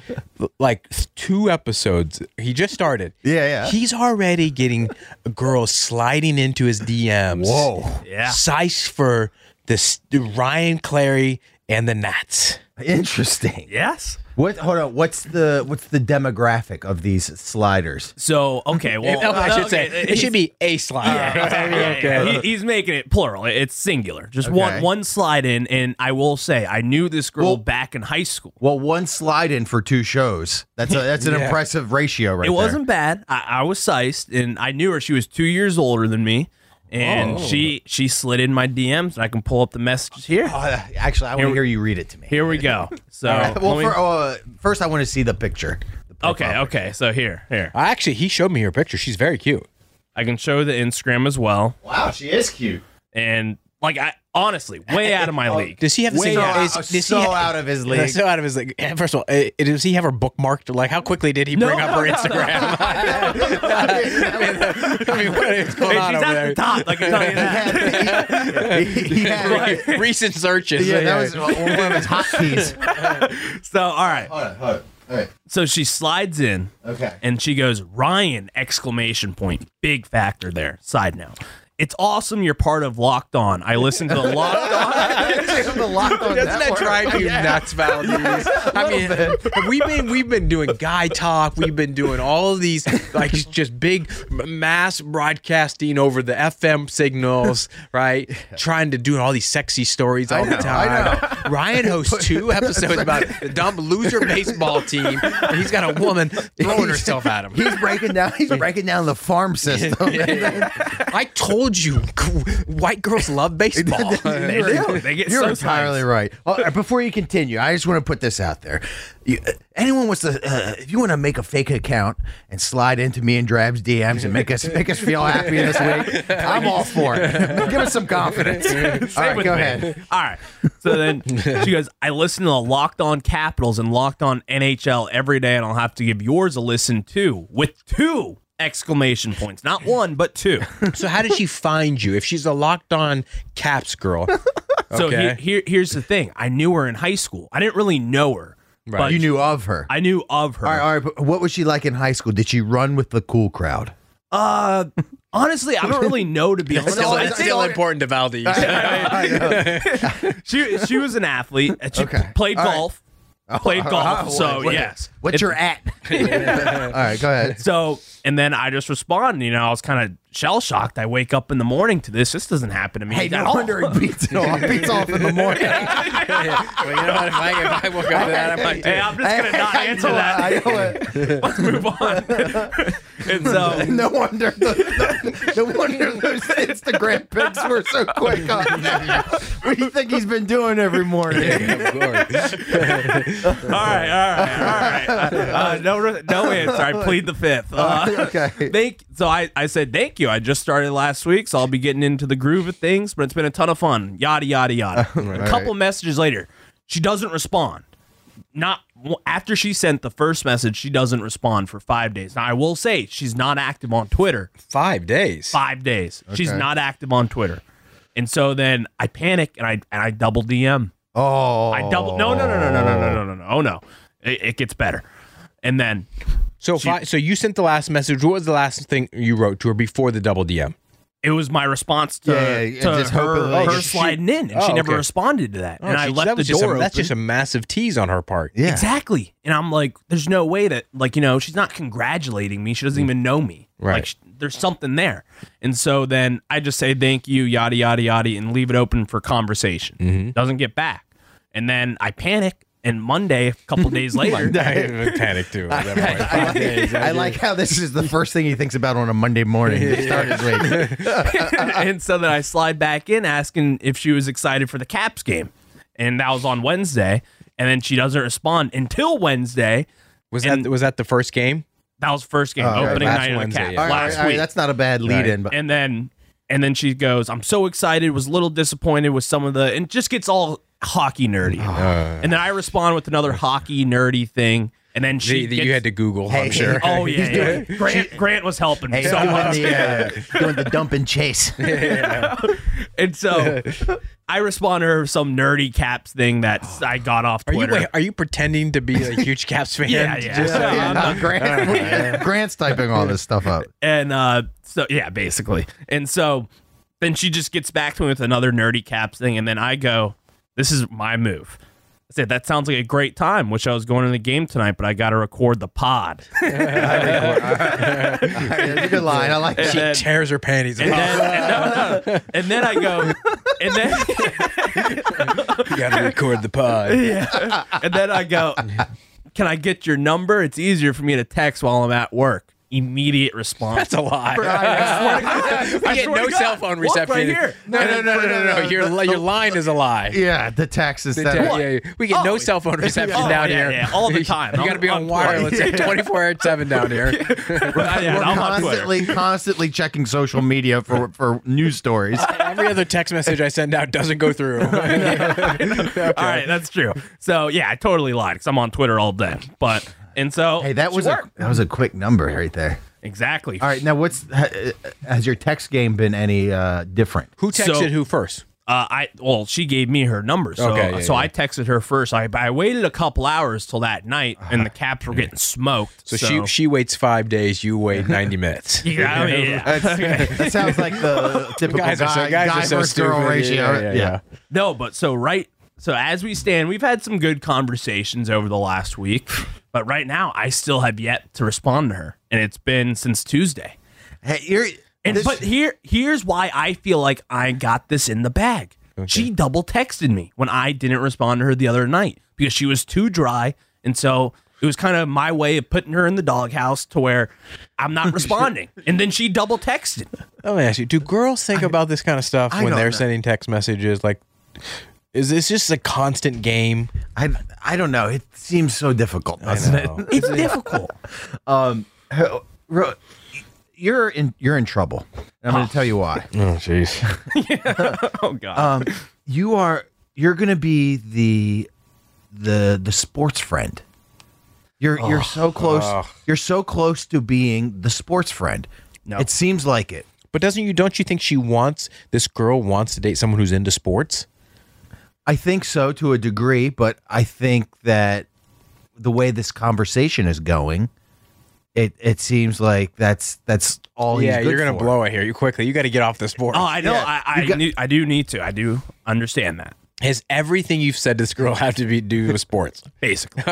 Speaker 3: like two episodes. He just started.
Speaker 4: Yeah, yeah.
Speaker 3: He's already getting girls sliding into his DMs.
Speaker 4: Whoa.
Speaker 5: Yeah.
Speaker 3: Size for this Ryan Clary and the Nats.
Speaker 4: Interesting.
Speaker 5: Yes.
Speaker 4: What? Hold on. What's the what's the demographic of these sliders?
Speaker 5: So okay, well
Speaker 3: Oh, I should
Speaker 5: okay,
Speaker 3: say it should be a slide.
Speaker 5: Yeah, yeah, yeah, yeah. He- he's making it plural. It- It's singular. Just
Speaker 4: Okay.
Speaker 5: one one slide in, and I will say I knew this girl
Speaker 4: Well-
Speaker 5: back in high school.
Speaker 4: Well, one slide in for two shows. That's a, that's an impressive ratio, right?
Speaker 5: it
Speaker 4: there.
Speaker 5: wasn't bad. I, I was sized, and I knew her. She was two years older than me, and she she slid in my DMs. And I can pull up the messages here.
Speaker 4: Uh, actually, I want to
Speaker 5: Here-
Speaker 4: hear you read it to me.
Speaker 5: Here we go. So
Speaker 4: All right. Well,
Speaker 5: let me-
Speaker 4: for, uh, first I want to see the picture.
Speaker 5: okay, okay. So here, here
Speaker 3: Actually, he showed me her picture. She's very cute.
Speaker 5: I can show the Instagram as well,
Speaker 4: Wow, she is cute.
Speaker 5: and like I honestly way out of my league.
Speaker 3: Does he have the
Speaker 4: Way
Speaker 3: same?
Speaker 4: out- uh,
Speaker 3: is-
Speaker 4: so
Speaker 3: does he ha-
Speaker 4: out of his league.
Speaker 3: So out of his league. And First of all, eh, does he have her bookmarked? Like, how quickly did he bring up her Instagram? I mean, what is
Speaker 5: I
Speaker 3: going
Speaker 5: mean,
Speaker 3: on
Speaker 5: she's
Speaker 3: over
Speaker 5: at
Speaker 3: there?
Speaker 5: the top. I can tell you that.
Speaker 4: yeah,
Speaker 3: Recent searches.
Speaker 4: yeah, that was one of his hot keys.
Speaker 5: So all right.
Speaker 4: Hold on, hold on. All right.
Speaker 5: So she slides in.
Speaker 4: Okay.
Speaker 5: And she goes, Ryan! Exclamation point. Big factor there. Side note. It's awesome you're part of Locked On. I listen to Locked On.
Speaker 4: the locked on
Speaker 3: Doesn't that
Speaker 4: network.
Speaker 3: drive you nuts, Valdez? I mean, we've been we've been doing guy talk. We've been doing all of these like just big m- mass broadcasting over the FM signals, right? Trying to do all these sexy stories all the time. Ryan hosts two episodes about the dumb loser baseball team, and he's got a woman throwing herself at him.
Speaker 4: He's breaking down. He's breaking down the farm system.
Speaker 3: I told you, white girls love baseball.
Speaker 5: They do. They get
Speaker 4: You're
Speaker 5: so
Speaker 4: entirely right. All right, Before you continue, I just want to put this out there. You- uh, anyone wants to, uh, if you want to make a fake account and slide into me and Drab's DMs and make us make us feel happy this week, I'm all for it. Give us some confidence. all right, go ahead.
Speaker 5: All right. So then she goes, I listen to the Locked On Capitals and Locked On NHL every day, and I'll have to give yours a listen too, with two exclamation points. Not one, but two.
Speaker 3: So how did she find you? If she's a locked on caps girl.
Speaker 5: So
Speaker 3: Okay.
Speaker 5: he- here, here's the thing I knew her in high school. I didn't really know her. Right. But
Speaker 4: You knew of her.
Speaker 5: I knew of her.
Speaker 4: all right, all right. But what was she like in high school? Did she run with the cool crowd?
Speaker 5: Uh, honestly, I don't really know to be honest.
Speaker 4: Still-
Speaker 5: I
Speaker 4: it's
Speaker 5: think
Speaker 4: still
Speaker 3: important to Valdez.
Speaker 5: she she was an athlete. and She
Speaker 4: Okay.
Speaker 5: played
Speaker 4: All right. Oh,
Speaker 5: golf. Played golf. so
Speaker 4: what-
Speaker 5: yes.
Speaker 4: What's
Speaker 5: It-
Speaker 4: your at? all right, go ahead.
Speaker 5: So and then I just respond. You know, I was kind of shell shocked. I wake up in the morning to this. This doesn't happen to me.
Speaker 4: Hey,
Speaker 5: at
Speaker 4: no
Speaker 5: all.
Speaker 4: wonder he beats it off. Beats off in the morning.
Speaker 3: well, you know what? If I, if I woke up to that, I might do
Speaker 5: Hey, I'm just gonna not answer that.
Speaker 4: I know it.
Speaker 5: Let's move on. and so
Speaker 4: No wonder the, no wonder those Instagram pics were so quick on there. What do you think he's been doing every morning?
Speaker 5: all right, all right, all right. Uh, no, no answer. I plead the fifth.
Speaker 3: Oh,
Speaker 5: Uh,
Speaker 4: okay.
Speaker 5: Thank. So I, I said thank you. I just started last week, so I'll be getting into the groove of things. But it's been a ton of fun. Yada yada yada. A couple messages later, she doesn't respond. Not after she sent the first message, she doesn't respond for five days. Now I will say she's not active on Twitter.
Speaker 3: five days.
Speaker 5: Five days. She's not active on Twitter. And so then I panic and I and I double DM.
Speaker 4: Oh,
Speaker 5: I double no no no no no no no no no no oh no. It, it gets better. And then
Speaker 3: So, fi- so you sent the last message. What was the last thing you wrote to her before the double DM?
Speaker 5: it was my response to,
Speaker 4: Yeah, yeah,
Speaker 5: to
Speaker 4: just hope it-
Speaker 5: her,
Speaker 4: oh,
Speaker 5: her
Speaker 4: just
Speaker 5: sliding in, and
Speaker 3: Oh,
Speaker 5: she never
Speaker 3: okay.
Speaker 5: responded to that.
Speaker 3: Oh,
Speaker 5: and
Speaker 3: she-
Speaker 5: I
Speaker 3: that
Speaker 5: left the
Speaker 3: was just a-
Speaker 5: door open.
Speaker 3: That's just a massive tease on her part.
Speaker 4: Yeah.
Speaker 5: Exactly. And I'm like, there's no way that, like, you know, she's not congratulating me. She doesn't even know me.
Speaker 3: Right.
Speaker 5: Like, sh- there's something there. And so then I just say thank you, yada, yada, yada, and leave it open for conversation. Doesn't get back. And then I panic. And Monday, a couple days later,
Speaker 3: I panic too. at that point. Five days,
Speaker 4: I like how this is the first thing he thinks about on a Monday morning. to start his week.
Speaker 5: and so then I slide back in asking if she was excited for the Caps game. And that was on Wednesday. And then she doesn't respond until Wednesday.
Speaker 3: was that was that the first game?
Speaker 5: That was first game,
Speaker 4: right,
Speaker 5: opening
Speaker 3: last
Speaker 5: night of the
Speaker 3: Wednesday,
Speaker 5: Caps
Speaker 3: yeah.
Speaker 4: All right, all
Speaker 5: last
Speaker 4: right, all right,
Speaker 5: week.
Speaker 4: that's not a bad lead in, but
Speaker 5: and then and then she goes, "I'm so excited, was a little disappointed with some of the and just gets all hockey nerdy."
Speaker 3: Uh,
Speaker 5: and then I respond with another hockey nerdy thing, and then she
Speaker 3: That that
Speaker 5: gets,
Speaker 3: you had to Google. I'm sure.
Speaker 5: Oh yeah, yeah. Grant Grant was helping me
Speaker 4: Hey,
Speaker 5: so
Speaker 3: uh,
Speaker 4: doing,
Speaker 5: much.
Speaker 4: the, uh, doing the dump and chase.
Speaker 5: And so I respond to her with some nerdy caps thing that I got off
Speaker 3: Are you
Speaker 5: Twitter.
Speaker 3: wait, are you pretending to be a huge Caps fan?
Speaker 5: yeah, yeah.
Speaker 3: Just-
Speaker 5: Yeah, I'm not-
Speaker 4: Not Grant. Grant's typing all this stuff up.
Speaker 5: And uh, so yeah, basically. And so then she just gets back to me with another nerdy caps thing, and then I go, "This is my move." I said, "That sounds like a great time." Wish I was going to the game tonight, but I got to record the pod.
Speaker 4: It's a good line. I like
Speaker 3: she
Speaker 4: it.
Speaker 3: tears her panties
Speaker 5: And
Speaker 3: off.
Speaker 5: then, and, no, no. and then I go, and then
Speaker 3: you gotta record the pod.
Speaker 5: and then I go, "Can I get your number? It's easier for me to text while I'm at work." Immediate response.
Speaker 3: That's a lie. I
Speaker 5: I
Speaker 3: get no cell phone reception.
Speaker 5: right
Speaker 3: either.
Speaker 5: here.
Speaker 3: No, no, no, no, no, no. Your li- your line is a lie.
Speaker 4: Yeah, the text is
Speaker 3: The
Speaker 4: that.
Speaker 3: te- yeah, yeah. We get
Speaker 5: Oh,
Speaker 3: no
Speaker 5: yeah.
Speaker 3: cell phone reception
Speaker 5: Oh,
Speaker 3: down
Speaker 5: yeah,
Speaker 3: here.
Speaker 5: yeah, all the time.
Speaker 3: You
Speaker 5: I'm-
Speaker 3: got to be on
Speaker 5: I'm-
Speaker 3: wireless at 24 hours 7 down here.
Speaker 5: Right, yeah,
Speaker 4: We're
Speaker 5: I'm on Twitter.
Speaker 4: constantly, constantly checking social media for, for news stories.
Speaker 3: Every other text message I send out doesn't go through. Okay.
Speaker 5: All right, that's true. So yeah, I totally lied because I'm on Twitter all day. But and so
Speaker 4: Hey, that
Speaker 5: she
Speaker 4: was a,
Speaker 5: worked.
Speaker 4: that was a quick number right there.
Speaker 5: exactly.
Speaker 4: All right, now what's ha- uh, has your text game been any uh, different?
Speaker 3: Who texted
Speaker 5: So-
Speaker 3: who first?
Speaker 5: Uh, I well, she gave me her number, so
Speaker 3: Okay, yeah,
Speaker 5: so
Speaker 3: yeah.
Speaker 5: I texted her first. I I waited a couple hours till that night, and the Caps were getting smoked.
Speaker 3: So,
Speaker 5: So,
Speaker 3: she she waits five days, you wait 90 minutes.
Speaker 5: Yeah, I mean, yeah.
Speaker 4: That sounds like the typical
Speaker 3: Guys are so-
Speaker 4: guy,
Speaker 3: guys
Speaker 4: guy
Speaker 3: are so
Speaker 4: versus girl
Speaker 3: stupid.
Speaker 4: ratio.
Speaker 3: Yeah, yeah, yeah.
Speaker 5: no, but so right. So as we stand, we've had some good conversations over the last week, but right now I still have yet to respond to her, and it's been since Tuesday.
Speaker 4: Hey, you're,
Speaker 5: And
Speaker 4: this-
Speaker 5: but here here's why I feel like I got this in the bag. She double texted me when I didn't respond to her the other night because she was too dry, and so it was kind of my way of putting her in the doghouse to where I'm not responding. and then she double texted.
Speaker 3: Let me ask you: Do girls think about this kind of stuff
Speaker 4: I
Speaker 3: when
Speaker 4: don't
Speaker 3: they're
Speaker 4: know.
Speaker 3: sending text messages? Like, is this just a constant game?
Speaker 4: I I don't know. It seems so difficult, doesn't it? Um,
Speaker 5: It's difficult.
Speaker 4: Ro- You're in you're in trouble. And I'm going to tell you why.
Speaker 3: Oh, jeez.
Speaker 5: Oh god.
Speaker 4: You are you're going to be the the the sports friend. You're you're so close. You're so close to being the sports friend.
Speaker 5: No.
Speaker 4: It seems like it.
Speaker 3: But doesn't you? Don't you think she wants this girl wants to date someone who's into sports?
Speaker 4: I think so to a degree, but I think that the way this conversation is going, it it seems like that's that's all.
Speaker 3: yeah,
Speaker 4: he's good
Speaker 3: you're gonna
Speaker 4: for.
Speaker 3: blow it here. You quickly. You got to get off this board.
Speaker 5: oh, I know. I I,
Speaker 4: You got-
Speaker 5: need- I do need to. I do understand that.
Speaker 3: Has everything you've said to this girl have to be do with sports?
Speaker 5: Basically.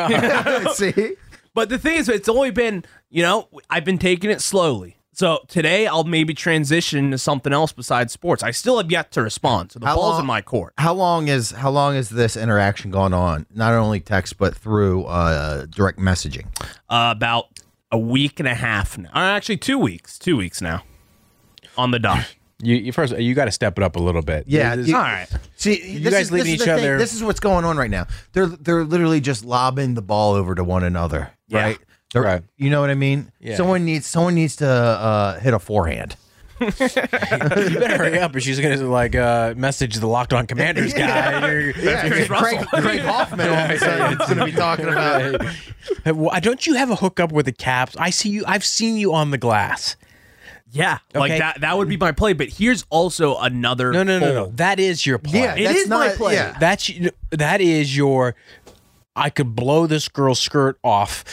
Speaker 4: See,
Speaker 5: But the thing is, it's only been, you know, I've been taking it slowly. So today I'll maybe transition to something else besides sports. I still have yet to respond. So the
Speaker 4: How
Speaker 5: ball's
Speaker 4: long-
Speaker 5: in my court.
Speaker 4: how long is how long is this interaction going on? Not only text, but through uh, direct messaging.
Speaker 5: Uh, about a week and a half now. Uh, actually, two weeks. Two weeks now. On the dot.
Speaker 3: You, you first. You got to step it up a little bit.
Speaker 4: Yeah,
Speaker 3: This-
Speaker 4: you-
Speaker 5: All right.
Speaker 4: See, this
Speaker 3: guys
Speaker 4: is,
Speaker 3: leaving
Speaker 4: this is
Speaker 3: each
Speaker 4: the thing.
Speaker 3: other-
Speaker 4: This is what's going on right now. They're they're literally just lobbing the ball over to one another,
Speaker 5: Yeah.
Speaker 4: right? They're-
Speaker 3: Right.
Speaker 4: You know what I mean?
Speaker 3: Yeah.
Speaker 4: Someone needs someone needs to uh, hit a forehand.
Speaker 3: you better hurry up, or she's gonna like uh, message the Locked On Commanders guy. You're-
Speaker 4: Craig,
Speaker 5: Russell.
Speaker 4: Craig Hoffman all of a sudden is going to be talking about.
Speaker 3: Hey, wh- don't you have a hookup with the Caps? I see you. I've seen you on the glass.
Speaker 5: Yeah. Like
Speaker 3: Okay.
Speaker 5: that that would be my play. But here's also another
Speaker 3: No, no, no, no.
Speaker 5: fold.
Speaker 3: That is your play.
Speaker 4: Yeah,
Speaker 5: It
Speaker 4: that's
Speaker 5: is my
Speaker 4: not-
Speaker 5: play.
Speaker 4: yeah.
Speaker 3: That's that is your. I could blow this girl's skirt off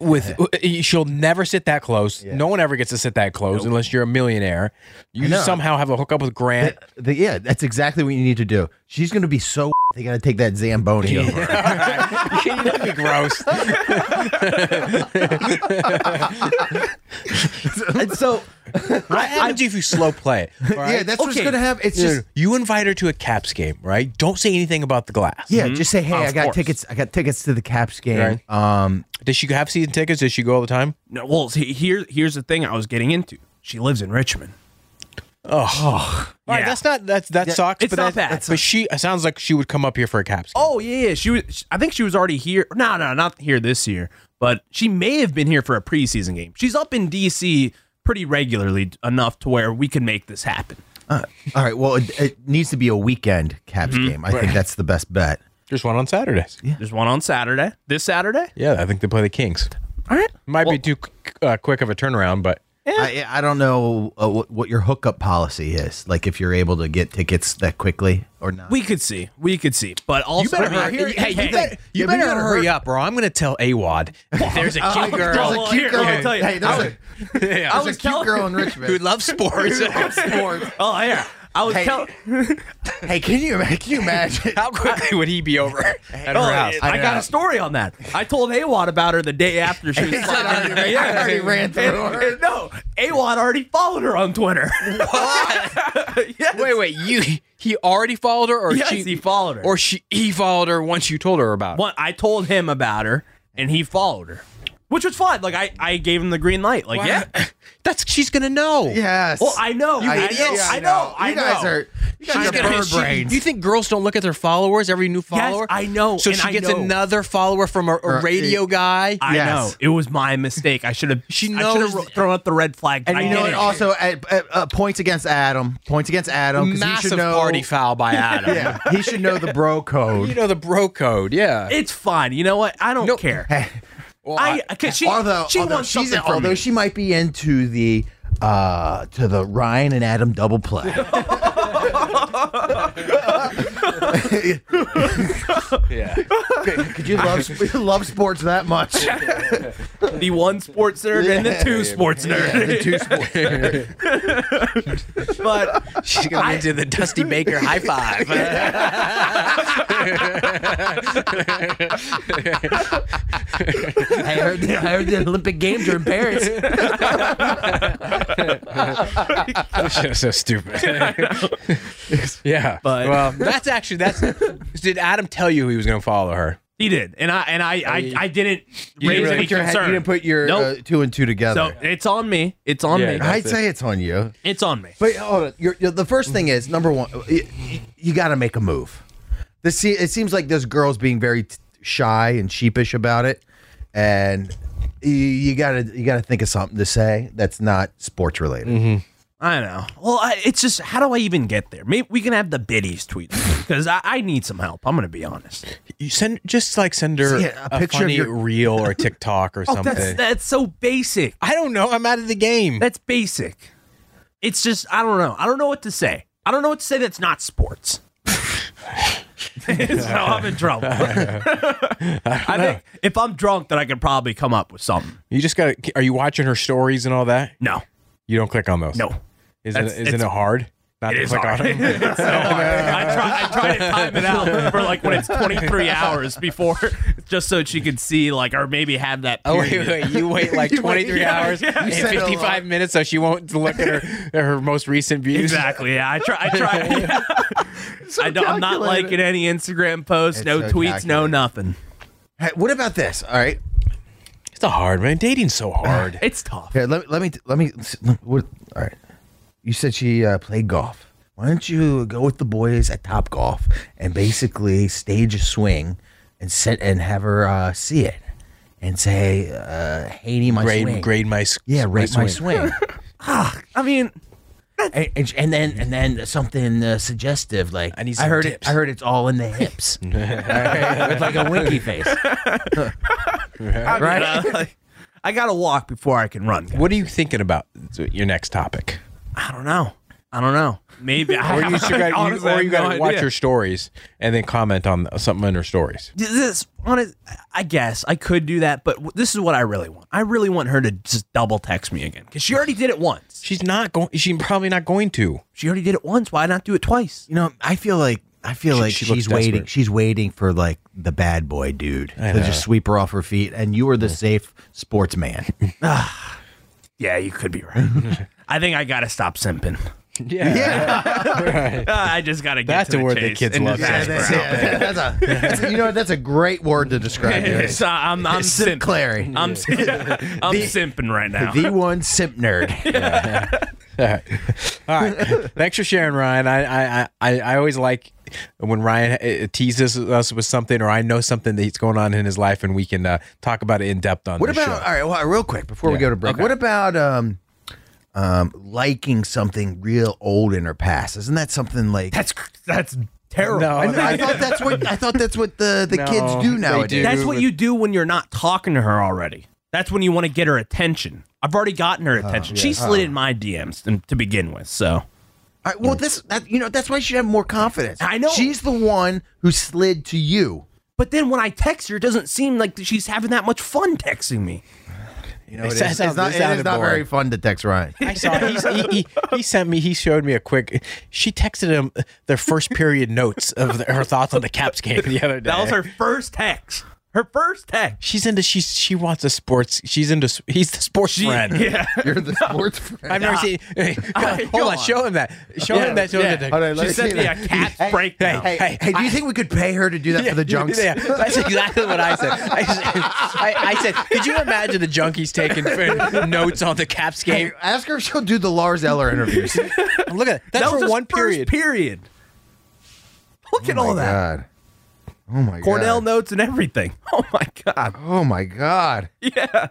Speaker 3: with she'll never sit that close. No one ever gets to sit that close unless you're a millionaire. You
Speaker 4: know.
Speaker 3: somehow have a hookup with Grant.
Speaker 4: The- yeah, that's exactly what you need to do. She's gonna be so they gotta take that Zamboni over.
Speaker 3: That'd be gross.
Speaker 4: and so
Speaker 3: What happens if you slow play? all right?
Speaker 4: yeah, that's what's
Speaker 5: Okay.
Speaker 4: gonna happen. It's
Speaker 3: Yeah.
Speaker 4: just
Speaker 3: you invite her to a Caps game, right? Don't say anything about the glass.
Speaker 4: yeah, just say, hey,
Speaker 5: Of
Speaker 4: I got
Speaker 5: course.
Speaker 4: tickets. I got tickets to the Caps game. Um,
Speaker 3: Does she have season tickets? Does she go all the time?
Speaker 5: No, well, see, here here's the thing I was getting into. She lives in Richmond.
Speaker 3: Oh. All right,
Speaker 5: Oh, Yeah.
Speaker 3: that's not that's that sucks.
Speaker 5: it's
Speaker 3: but
Speaker 5: not
Speaker 3: that,
Speaker 5: bad.
Speaker 3: But she it sounds like she would come up here for a Caps game.
Speaker 5: Oh yeah, yeah. She was. I think she was already here. No, no, not here this year. But she may have been here for a preseason game. She's up in D.C. pretty regularly enough to where we can make this happen.
Speaker 4: all right. Well, it, it needs to be a weekend Caps
Speaker 3: Mm-hmm.
Speaker 4: game. I think that's the best bet.
Speaker 3: There's one on Saturdays. Yeah.
Speaker 5: There's one on Saturday. This Saturday.
Speaker 3: I think they play the Kings.
Speaker 5: All right.
Speaker 3: Might be too qu- uh, quick of a turnaround, but
Speaker 4: I, I don't know uh, what, what your hookup policy is. Like if you're able to get tickets that quickly or not.
Speaker 5: We could see. We could see. But also,
Speaker 4: better hurry.
Speaker 5: Hey,
Speaker 4: Hey,
Speaker 5: hey,
Speaker 4: you better-
Speaker 3: you
Speaker 4: Yeah, but
Speaker 3: better
Speaker 4: you gotta
Speaker 3: hurry up, or I'm going to tell Awad.
Speaker 5: there's a cute girl.
Speaker 4: There's a
Speaker 5: Well,
Speaker 4: cute
Speaker 5: here,
Speaker 4: girl.
Speaker 5: let me tell you.
Speaker 4: Hey, there's a,
Speaker 3: yeah,
Speaker 4: there's
Speaker 5: was
Speaker 4: a cute
Speaker 5: telling-
Speaker 4: girl in
Speaker 3: who
Speaker 4: Richmond.
Speaker 3: loves sports.
Speaker 5: Oh yeah. I was
Speaker 4: Hey.
Speaker 5: telling.
Speaker 4: hey, can you can you imagine?
Speaker 3: How quickly would he be over at her house?
Speaker 5: oh, I,
Speaker 4: I
Speaker 5: got
Speaker 4: know.
Speaker 5: a story on that. I told Awad about her the day after she was
Speaker 4: said, "I already ran- I already ran through
Speaker 5: And-
Speaker 4: her."
Speaker 5: and no, Awad already followed her on Twitter. yes.
Speaker 3: Wait, wait, you he already followed her, or
Speaker 5: Yes,
Speaker 3: she
Speaker 5: he followed her.
Speaker 3: or she he followed her once you told her about. it?
Speaker 5: One, I told him about her, and he followed her, which was fine. Like I, I gave him the green light. Like yeah.
Speaker 3: that's she's gonna know.
Speaker 4: Yes.
Speaker 5: Well, I know.
Speaker 4: You
Speaker 5: I,
Speaker 4: idiots.
Speaker 5: know. I know. I
Speaker 4: You guys
Speaker 5: know.
Speaker 4: are. You
Speaker 3: She's
Speaker 4: guys are
Speaker 3: gonna-
Speaker 4: bird
Speaker 3: she-
Speaker 4: brains.
Speaker 3: you think girls don't look at their followers, every new follower?
Speaker 5: I know,
Speaker 3: So
Speaker 5: and
Speaker 3: she
Speaker 5: I
Speaker 3: gets
Speaker 5: know.
Speaker 3: another follower from a, a
Speaker 4: Her-
Speaker 3: radio guy.
Speaker 5: I
Speaker 4: Yes.
Speaker 5: know. It was my mistake. I should have.
Speaker 3: She
Speaker 5: I should
Speaker 3: knows-
Speaker 5: have ro- thrown up the red flag.
Speaker 4: And
Speaker 5: I
Speaker 4: you know
Speaker 5: didn't.
Speaker 4: what? Also, at, at, uh, points against Adam. Points against Adam. 'cause he
Speaker 3: Massive
Speaker 4: should know,
Speaker 3: party foul by Adam.
Speaker 4: Yeah, he should know the bro
Speaker 3: You
Speaker 4: code.
Speaker 3: know the bro code, yeah.
Speaker 5: It's fine. You know what? I don't
Speaker 3: Nope.
Speaker 5: care.
Speaker 3: Well,
Speaker 5: I because she
Speaker 4: although
Speaker 5: she
Speaker 4: although
Speaker 5: wants
Speaker 4: she's
Speaker 5: something from
Speaker 4: although
Speaker 5: me.
Speaker 4: she might be into the uh to the Ryan and Adam double play.
Speaker 3: yeah.
Speaker 4: Could you love you love sports that much?
Speaker 5: the one sports nerd and the two sports nerd.
Speaker 4: the two sports.
Speaker 5: but
Speaker 3: She's gonna do the Dusty Baker high five.
Speaker 4: I heard the, I heard the Olympic Games are in Paris.
Speaker 3: It's just so stupid. yeah.
Speaker 5: But-
Speaker 3: well, that's actually that's. Did Adam tell you he was going to follow her?
Speaker 5: he did, and I and I I, I didn't
Speaker 3: You
Speaker 5: raise
Speaker 3: didn't
Speaker 5: any
Speaker 3: put
Speaker 4: your head-
Speaker 5: concern.
Speaker 4: you didn't put your
Speaker 5: Nope.
Speaker 4: uh, two and two together.
Speaker 5: so it's on me. It's on
Speaker 3: Yeah,
Speaker 5: me.
Speaker 3: no.
Speaker 4: I'd say it's on you.
Speaker 5: It's on me.
Speaker 4: But hold on. Oh, You're, you're, the first thing
Speaker 3: Mm-hmm.
Speaker 4: is number one, you, you got to make a move. This se- it seems like this girl's being very t- shy and sheepish about it, and you, you gotta you gotta think of something to say that's not sports related.
Speaker 3: Mm-hmm.
Speaker 5: I know. Well, I, it's just how do I even get there? Maybe we can have the biddies tweet because I, I need some help. I'm gonna be honest.
Speaker 3: You send just like send her
Speaker 4: Yeah,
Speaker 3: a,
Speaker 4: a picture of
Speaker 3: funny
Speaker 4: your-
Speaker 3: reel or TikTok or something.
Speaker 5: That's that's so basic.
Speaker 3: I don't know. I'm out of the game.
Speaker 5: That's basic. It's just I don't know. I don't know what to say. I don't know what to say that's not sports. so I'm in trouble. I, think if I'm drunk, then I could probably come up with something.
Speaker 3: You just got. to Are you watching her stories and all that?
Speaker 5: No,
Speaker 3: You don't click on those.
Speaker 5: no,
Speaker 3: Isn't
Speaker 5: That's-
Speaker 3: it, isn't
Speaker 5: it's-
Speaker 3: it hard? Not
Speaker 5: it
Speaker 3: to
Speaker 5: is
Speaker 3: click
Speaker 5: hard.
Speaker 3: on them.
Speaker 5: It's so hard. I try, I try to time it out for like when it's 23 hours before, just so she could see like or maybe have that.
Speaker 3: Oh wait,
Speaker 5: period.
Speaker 3: wait! You wait like 23
Speaker 5: yeah,
Speaker 3: hours
Speaker 5: yeah.
Speaker 3: and
Speaker 5: You
Speaker 4: said a
Speaker 3: 55 minutes, so she won't look at her at her most recent views.
Speaker 5: Exactly. Yeah, I try. I try. yeah. I don't, I'm not
Speaker 4: calculated.
Speaker 5: liking any Instagram posts,
Speaker 4: It's
Speaker 5: no
Speaker 4: so
Speaker 5: tweets, no
Speaker 4: calculated.
Speaker 5: nothing.
Speaker 4: Hey, what about this? All right,
Speaker 3: It's a hard man. Dating's so hard.
Speaker 5: It's tough.
Speaker 4: Here, let, let me let me. What, all right, you said she uh, played golf. Why don't you go with the boys at Top Golf and basically stage a swing and set and have her uh, see it and say, uh, "Haney, my swing."
Speaker 3: Grade grade my s-
Speaker 4: Yeah, rate my
Speaker 3: swing.
Speaker 4: swing. Ah,
Speaker 5: I mean,
Speaker 4: and, and, and then and then something uh, suggestive like
Speaker 3: I need
Speaker 4: I
Speaker 3: some
Speaker 4: heard
Speaker 3: tips."
Speaker 4: it. I heard it's all in the hips with like a winky face.
Speaker 5: right? I gotta walk before I can run. guys.
Speaker 3: What are you thinking about? Your next topic.
Speaker 5: I don't know. I don't know. Maybe I
Speaker 3: Or you, should got- you-
Speaker 5: honestly, I
Speaker 3: or
Speaker 5: have
Speaker 3: you gotta
Speaker 5: no
Speaker 3: watch
Speaker 5: idea.
Speaker 3: your stories and then comment on something under stories.
Speaker 5: this honest i guess i could do that but w- this is what i really want i really want her to just double text me again because she already did it once
Speaker 3: She's not going. She's probably not going to.
Speaker 5: she already did it once why not do it twice
Speaker 4: You know, I feel like I feel like
Speaker 3: she looks
Speaker 4: she's waiting.
Speaker 3: desperate.
Speaker 4: She's waiting for like the bad boy dude to just sweep her off her feet, and you are the safe sportsman.
Speaker 5: yeah you could be right i think i gotta stop simping
Speaker 3: Yeah.
Speaker 5: Uh, i just gotta get
Speaker 3: That's
Speaker 5: to
Speaker 3: a
Speaker 5: the
Speaker 3: word that
Speaker 5: chase
Speaker 3: kids
Speaker 5: and
Speaker 3: love,
Speaker 5: just ask
Speaker 3: yeah,
Speaker 5: for help.
Speaker 4: that's a that's a- you know what, that's a great word to describe you.
Speaker 5: So uh, i'm i'm
Speaker 4: Simp
Speaker 5: simping
Speaker 4: Clary,
Speaker 5: i'm, sim- I'm simping right now
Speaker 4: the one simp nerd.
Speaker 3: All right. Thanks for sharing, Ryan. I I I- I, I always like when Ryan uh, teases us with something, or I know something that's going on in his life, and we can uh, talk about it in depth on.
Speaker 4: What
Speaker 3: this
Speaker 4: about
Speaker 5: uh,
Speaker 3: show.
Speaker 4: all right? Well, real quick before we
Speaker 3: Yeah.
Speaker 4: go to break, what about um, um, liking something real old in her past? Isn't that something like?
Speaker 5: that's cr- that's terrible
Speaker 3: No,
Speaker 4: I, I thought that's what I thought that's what the, the
Speaker 3: No,
Speaker 4: kids do
Speaker 3: they
Speaker 4: nowadays.
Speaker 3: do.
Speaker 5: That's what you do when you're not talking to her already. That's when you want to get her attention. I've already gotten
Speaker 4: Uh-huh.
Speaker 5: her attention. she slid in my DMs to, to begin with, so
Speaker 4: All right, well, this that, you know that's why she should have more confidence.
Speaker 5: I know.
Speaker 4: she's the one who slid to you.
Speaker 5: But then when I text her, it doesn't seem like she's having that much fun texting me.
Speaker 4: You know,
Speaker 3: It sounds- it sounded boring.
Speaker 4: fun to text Ryan.
Speaker 3: I saw he's, he, he he sent me. He showed me a quick. She texted him their first period notes of the, her thoughts on the Caps game the other day.
Speaker 5: That was her first text. Her first text.
Speaker 3: She's into she she wants a sports. She's into s- he's the sports friend.
Speaker 5: Yeah.
Speaker 4: You're the sports friend.
Speaker 3: I've never seen. Hey, hold on,
Speaker 5: on.
Speaker 3: show him that. Show him that. Show him that.
Speaker 4: Hold on, let
Speaker 5: She
Speaker 4: me
Speaker 5: sent
Speaker 4: see
Speaker 5: me a
Speaker 4: that.
Speaker 5: cat breakdown.
Speaker 4: Hey, hey, do you think we could pay her to do that for the junks?
Speaker 3: Yeah, that's exactly what I said. I, said- I, I said, could you imagine the junkies taking notes on the Caps
Speaker 4: Hey,
Speaker 3: game?
Speaker 4: ask her if she'll do the Lars Eller interviews.
Speaker 3: Look at that. That's
Speaker 5: that was
Speaker 3: for
Speaker 5: his
Speaker 3: one
Speaker 5: first
Speaker 3: period.
Speaker 5: period. Look at all that.
Speaker 4: Oh God. Oh my
Speaker 5: Cornell
Speaker 4: god.
Speaker 5: notes and everything. Oh my god.
Speaker 4: Oh my god.
Speaker 5: Yeah.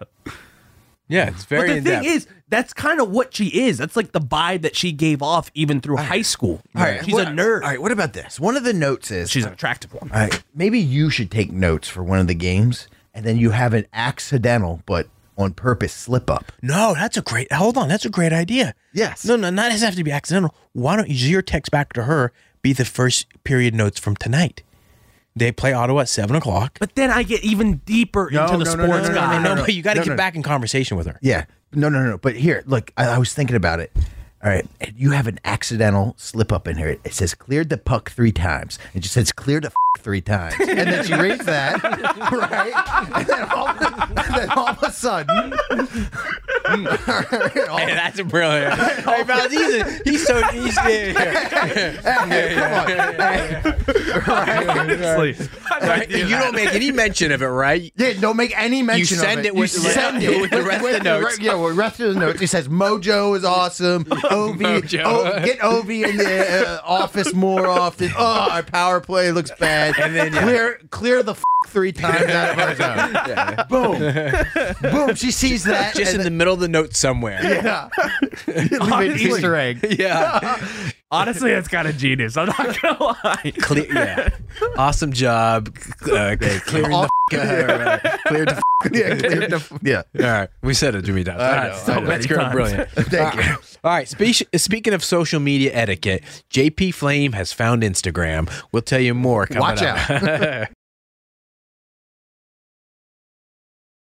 Speaker 3: yeah, it's very.
Speaker 5: But the
Speaker 3: in
Speaker 5: thing
Speaker 3: depth.
Speaker 5: is, that's kind of what she is. That's like the vibe that she gave off even through high school. She's
Speaker 4: what-
Speaker 5: a nerd.
Speaker 4: All right, what about this? One of the notes is
Speaker 5: She's an attractive one.
Speaker 4: All right, maybe you should take notes for one of the games, and then you have an accidental but on purpose slip up.
Speaker 3: No, that's a great. Hold on, that's a great idea.
Speaker 4: Yes.
Speaker 3: No, no, not doesn't have to be accidental. Why don't you your text back to her be the first period notes from tonight? They play Ottawa at seven o'clock.
Speaker 5: But then I get even deeper
Speaker 4: No,
Speaker 5: into the
Speaker 4: no, no, no,
Speaker 5: sports
Speaker 4: no, no,
Speaker 5: guy.
Speaker 4: no,
Speaker 3: no, but you got to
Speaker 4: no,
Speaker 3: get
Speaker 4: no.
Speaker 3: back in conversation with her.
Speaker 4: Yeah. No, no, no. But here, look, I, I was thinking about it. All right. You have an accidental slip up in here. It says cleared the puck three times. It just says cleared the f- three times. And then she reads that, right? And then all, and then all of a sudden,
Speaker 3: Hey, that's brilliant. hey, Val, he's, a- he's so he's yeah,
Speaker 4: hey, come on. Hey, right?
Speaker 5: Honestly, I
Speaker 3: yeah.
Speaker 5: might do
Speaker 3: You
Speaker 5: that.
Speaker 3: don't make any mention of it, right?
Speaker 4: Yeah, don't make any mention
Speaker 3: send
Speaker 4: of it.
Speaker 3: it with-
Speaker 4: you send it
Speaker 3: with the rest of the notes.
Speaker 4: re- yeah, with the rest of the notes. It says Mojo is awesome. Ovi,
Speaker 3: Mojo.
Speaker 4: o, get Ovi in the uh, office more often. Oh, our power play looks bad. And then clear clear the f- three times out of our zone. Boom, boom. She sees that.
Speaker 3: Just in
Speaker 4: and
Speaker 3: the middle of the note somewhere.
Speaker 4: yeah. Leave an
Speaker 5: Honestly.
Speaker 4: Easter egg.
Speaker 3: Yeah.
Speaker 5: Honestly, that's kind of genius. I'm not gonna lie.
Speaker 3: Cle- yeah. Awesome job. Uh, clearing the. f- uh, uh, cleared the. f-
Speaker 4: Yeah, clear the f- yeah.
Speaker 3: All right, we said it, Jimmy Dobbs. All
Speaker 4: know,
Speaker 3: right,
Speaker 4: I
Speaker 3: so
Speaker 4: know.
Speaker 3: that's great, brilliant.
Speaker 4: Thank you.
Speaker 3: All right, spe- speaking of social media etiquette, JP Flame has found Instagram. We'll tell you more. Coming
Speaker 4: Watch
Speaker 3: up. out.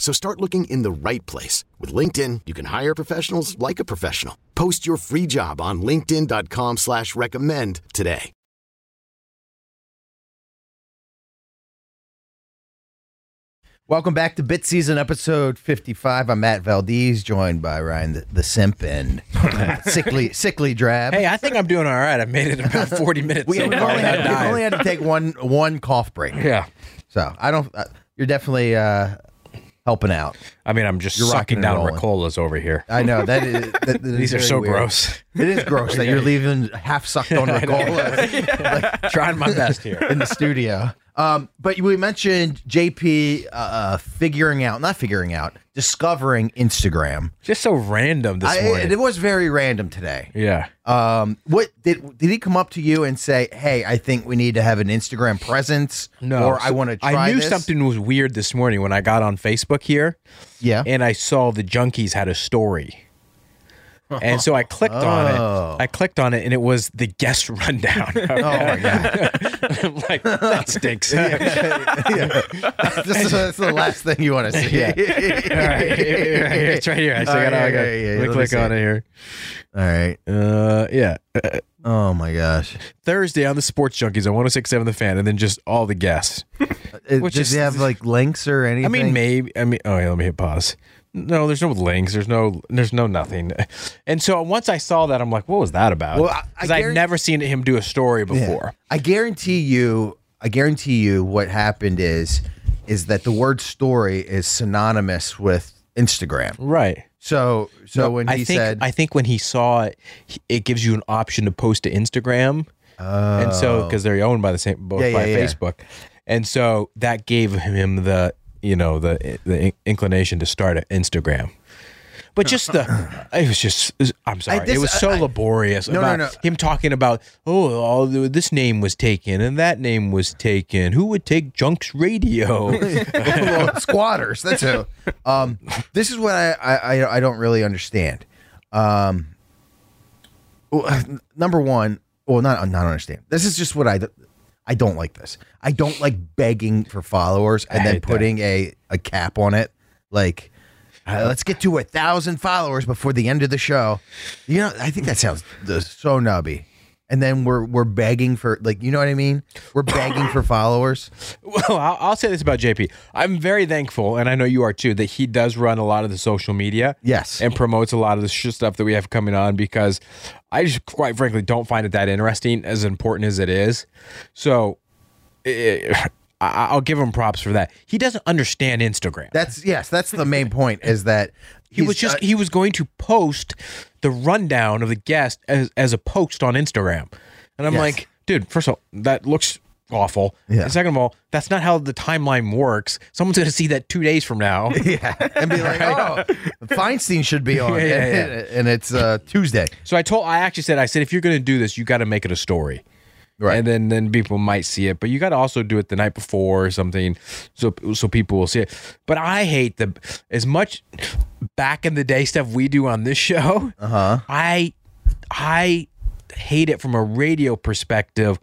Speaker 6: So start looking in the right place. With LinkedIn, you can hire professionals like a professional. Post your free job on linkedin.com slash recommend today.
Speaker 4: Welcome back to Bit Season, episode fifty-five. I'm Matt Valdez, joined by Ryan the, the Simp and sickly, sickly drab.
Speaker 3: Hey, I think I'm doing all right. I've made it about 40 minutes.
Speaker 4: we,
Speaker 3: so
Speaker 4: we've
Speaker 3: far
Speaker 4: only had,
Speaker 3: without
Speaker 4: we've
Speaker 3: dying.
Speaker 4: only had to take one one cough break.
Speaker 3: yeah.
Speaker 4: So I don't. Uh, you're definitely uh, helping out.
Speaker 3: I mean, I'm just
Speaker 4: You're rocking
Speaker 3: sucking
Speaker 4: and
Speaker 3: down
Speaker 4: rolling.
Speaker 3: Ricolas over here.
Speaker 4: I know that is. That, that is
Speaker 3: These are
Speaker 4: very
Speaker 3: so
Speaker 4: weird.
Speaker 3: gross.
Speaker 4: It is gross that you're leaving half sucked on Ricola
Speaker 3: Trying my best here.
Speaker 4: in the studio. Um, but we mentioned JP uh, uh, figuring out, not figuring out, discovering Instagram.
Speaker 3: Just so random this
Speaker 4: I,
Speaker 3: morning.
Speaker 4: it, it was very random today.
Speaker 3: yeah.
Speaker 4: Um, what did did he come up to you and say, "Hey, I think we need to have an Instagram presence"?
Speaker 3: No.
Speaker 4: or I
Speaker 3: so
Speaker 4: want to try.
Speaker 3: I knew
Speaker 4: this."
Speaker 3: something was weird this morning when I got on Facebook here
Speaker 4: Yeah,
Speaker 3: and I saw the junkies had a story. And so I clicked on
Speaker 4: Oh.
Speaker 3: it. I clicked on it and it was the guest rundown.
Speaker 4: Oh my god!
Speaker 3: I'm like, that stinks.
Speaker 4: this, is, this is the last thing you want to see.
Speaker 3: All right, here- here- here, it's right here. I still
Speaker 4: All right,
Speaker 3: got
Speaker 4: Oh, yeah,
Speaker 3: I got-
Speaker 4: yeah, yeah,
Speaker 3: Let
Speaker 4: let
Speaker 3: me
Speaker 4: me
Speaker 3: click
Speaker 4: see
Speaker 3: on
Speaker 4: it.
Speaker 3: it here.
Speaker 4: All right.
Speaker 3: Uh, yeah. Uh,
Speaker 4: Oh my gosh!
Speaker 3: Thursday on the Sports Junkies on 1067 The Fan, and then just all the guests.
Speaker 4: Uh, It,
Speaker 3: Which
Speaker 4: does
Speaker 3: is-
Speaker 4: he have like links or anything?
Speaker 3: I mean, maybe. I mean, oh, yeah, let me hit pause. No, there's no links. There's no. There's no nothing. And so once I saw that, I'm like, what was that about?
Speaker 4: Well, I- I
Speaker 3: Because I'd
Speaker 4: guarant-
Speaker 3: never seen him do a story before.
Speaker 4: I guarantee you. I guarantee you. What happened is, is that the word "story" is synonymous with Instagram.
Speaker 3: Right.
Speaker 4: So, so when he
Speaker 3: I think
Speaker 4: said,
Speaker 3: I think when he saw it, he- it gives you an option to post to Instagram, and so because they're owned by the same both
Speaker 4: Oh. Yeah,
Speaker 3: by
Speaker 4: yeah, yeah.
Speaker 3: Facebook, and so that gave him the you know the the in- inclination to start at Instagram. But just the, it was just. I'm sorry,
Speaker 4: this-
Speaker 3: it was so
Speaker 4: I-
Speaker 3: laborious
Speaker 4: No, no,
Speaker 3: about
Speaker 4: no.
Speaker 3: him talking about oh, all the, this name was taken and that name was taken. Who would take Junk's radio?
Speaker 4: Well, squatters. That's who. Um, this is what I, I I- I don't really understand. Um, well, number one, well, not not understand. This is just what I I don't like this. I don't like begging for followers and then
Speaker 3: hate that.
Speaker 4: putting a a cap on it, like. uh, let's get to a thousand followers before the end of the show. You know, I think that sounds uh, so nubby. And then we're we're begging for like, you know what I mean? We're begging for followers.
Speaker 3: Well, I'll, I'll say this about JP. I'm very thankful, and I know you are too, that he does run a lot of the social media.
Speaker 4: Yes.
Speaker 3: And promotes a lot of the sh- stuff that we have coming on because I just, quite frankly, don't find it that interesting, as important as it is. So eh, I- I'll give him props for that. He doesn't understand Instagram.
Speaker 4: That's yes. That's the main point. Is that uh,
Speaker 3: he was just he was going to post the rundown of the guest as as a post on Instagram, and I'm
Speaker 4: Yes.
Speaker 3: like, dude, first of all, that looks awful.
Speaker 4: Yeah.
Speaker 3: And second of all, that's not how the timeline works. Someone's going to see that two days from now.
Speaker 4: yeah, and be like, oh, Feinstein should be on,
Speaker 3: Yeah, yeah,
Speaker 4: and, and it's uh, Tuesday,
Speaker 3: so I told, I actually said, I said, if you're going to do this, you got to make it a story. And then, then people might see it, but you got to also do it the night before or something, so so people will see it. But I hate the as much back in the day stuff we do on this show. Uh-huh. I I hate it from a radio perspective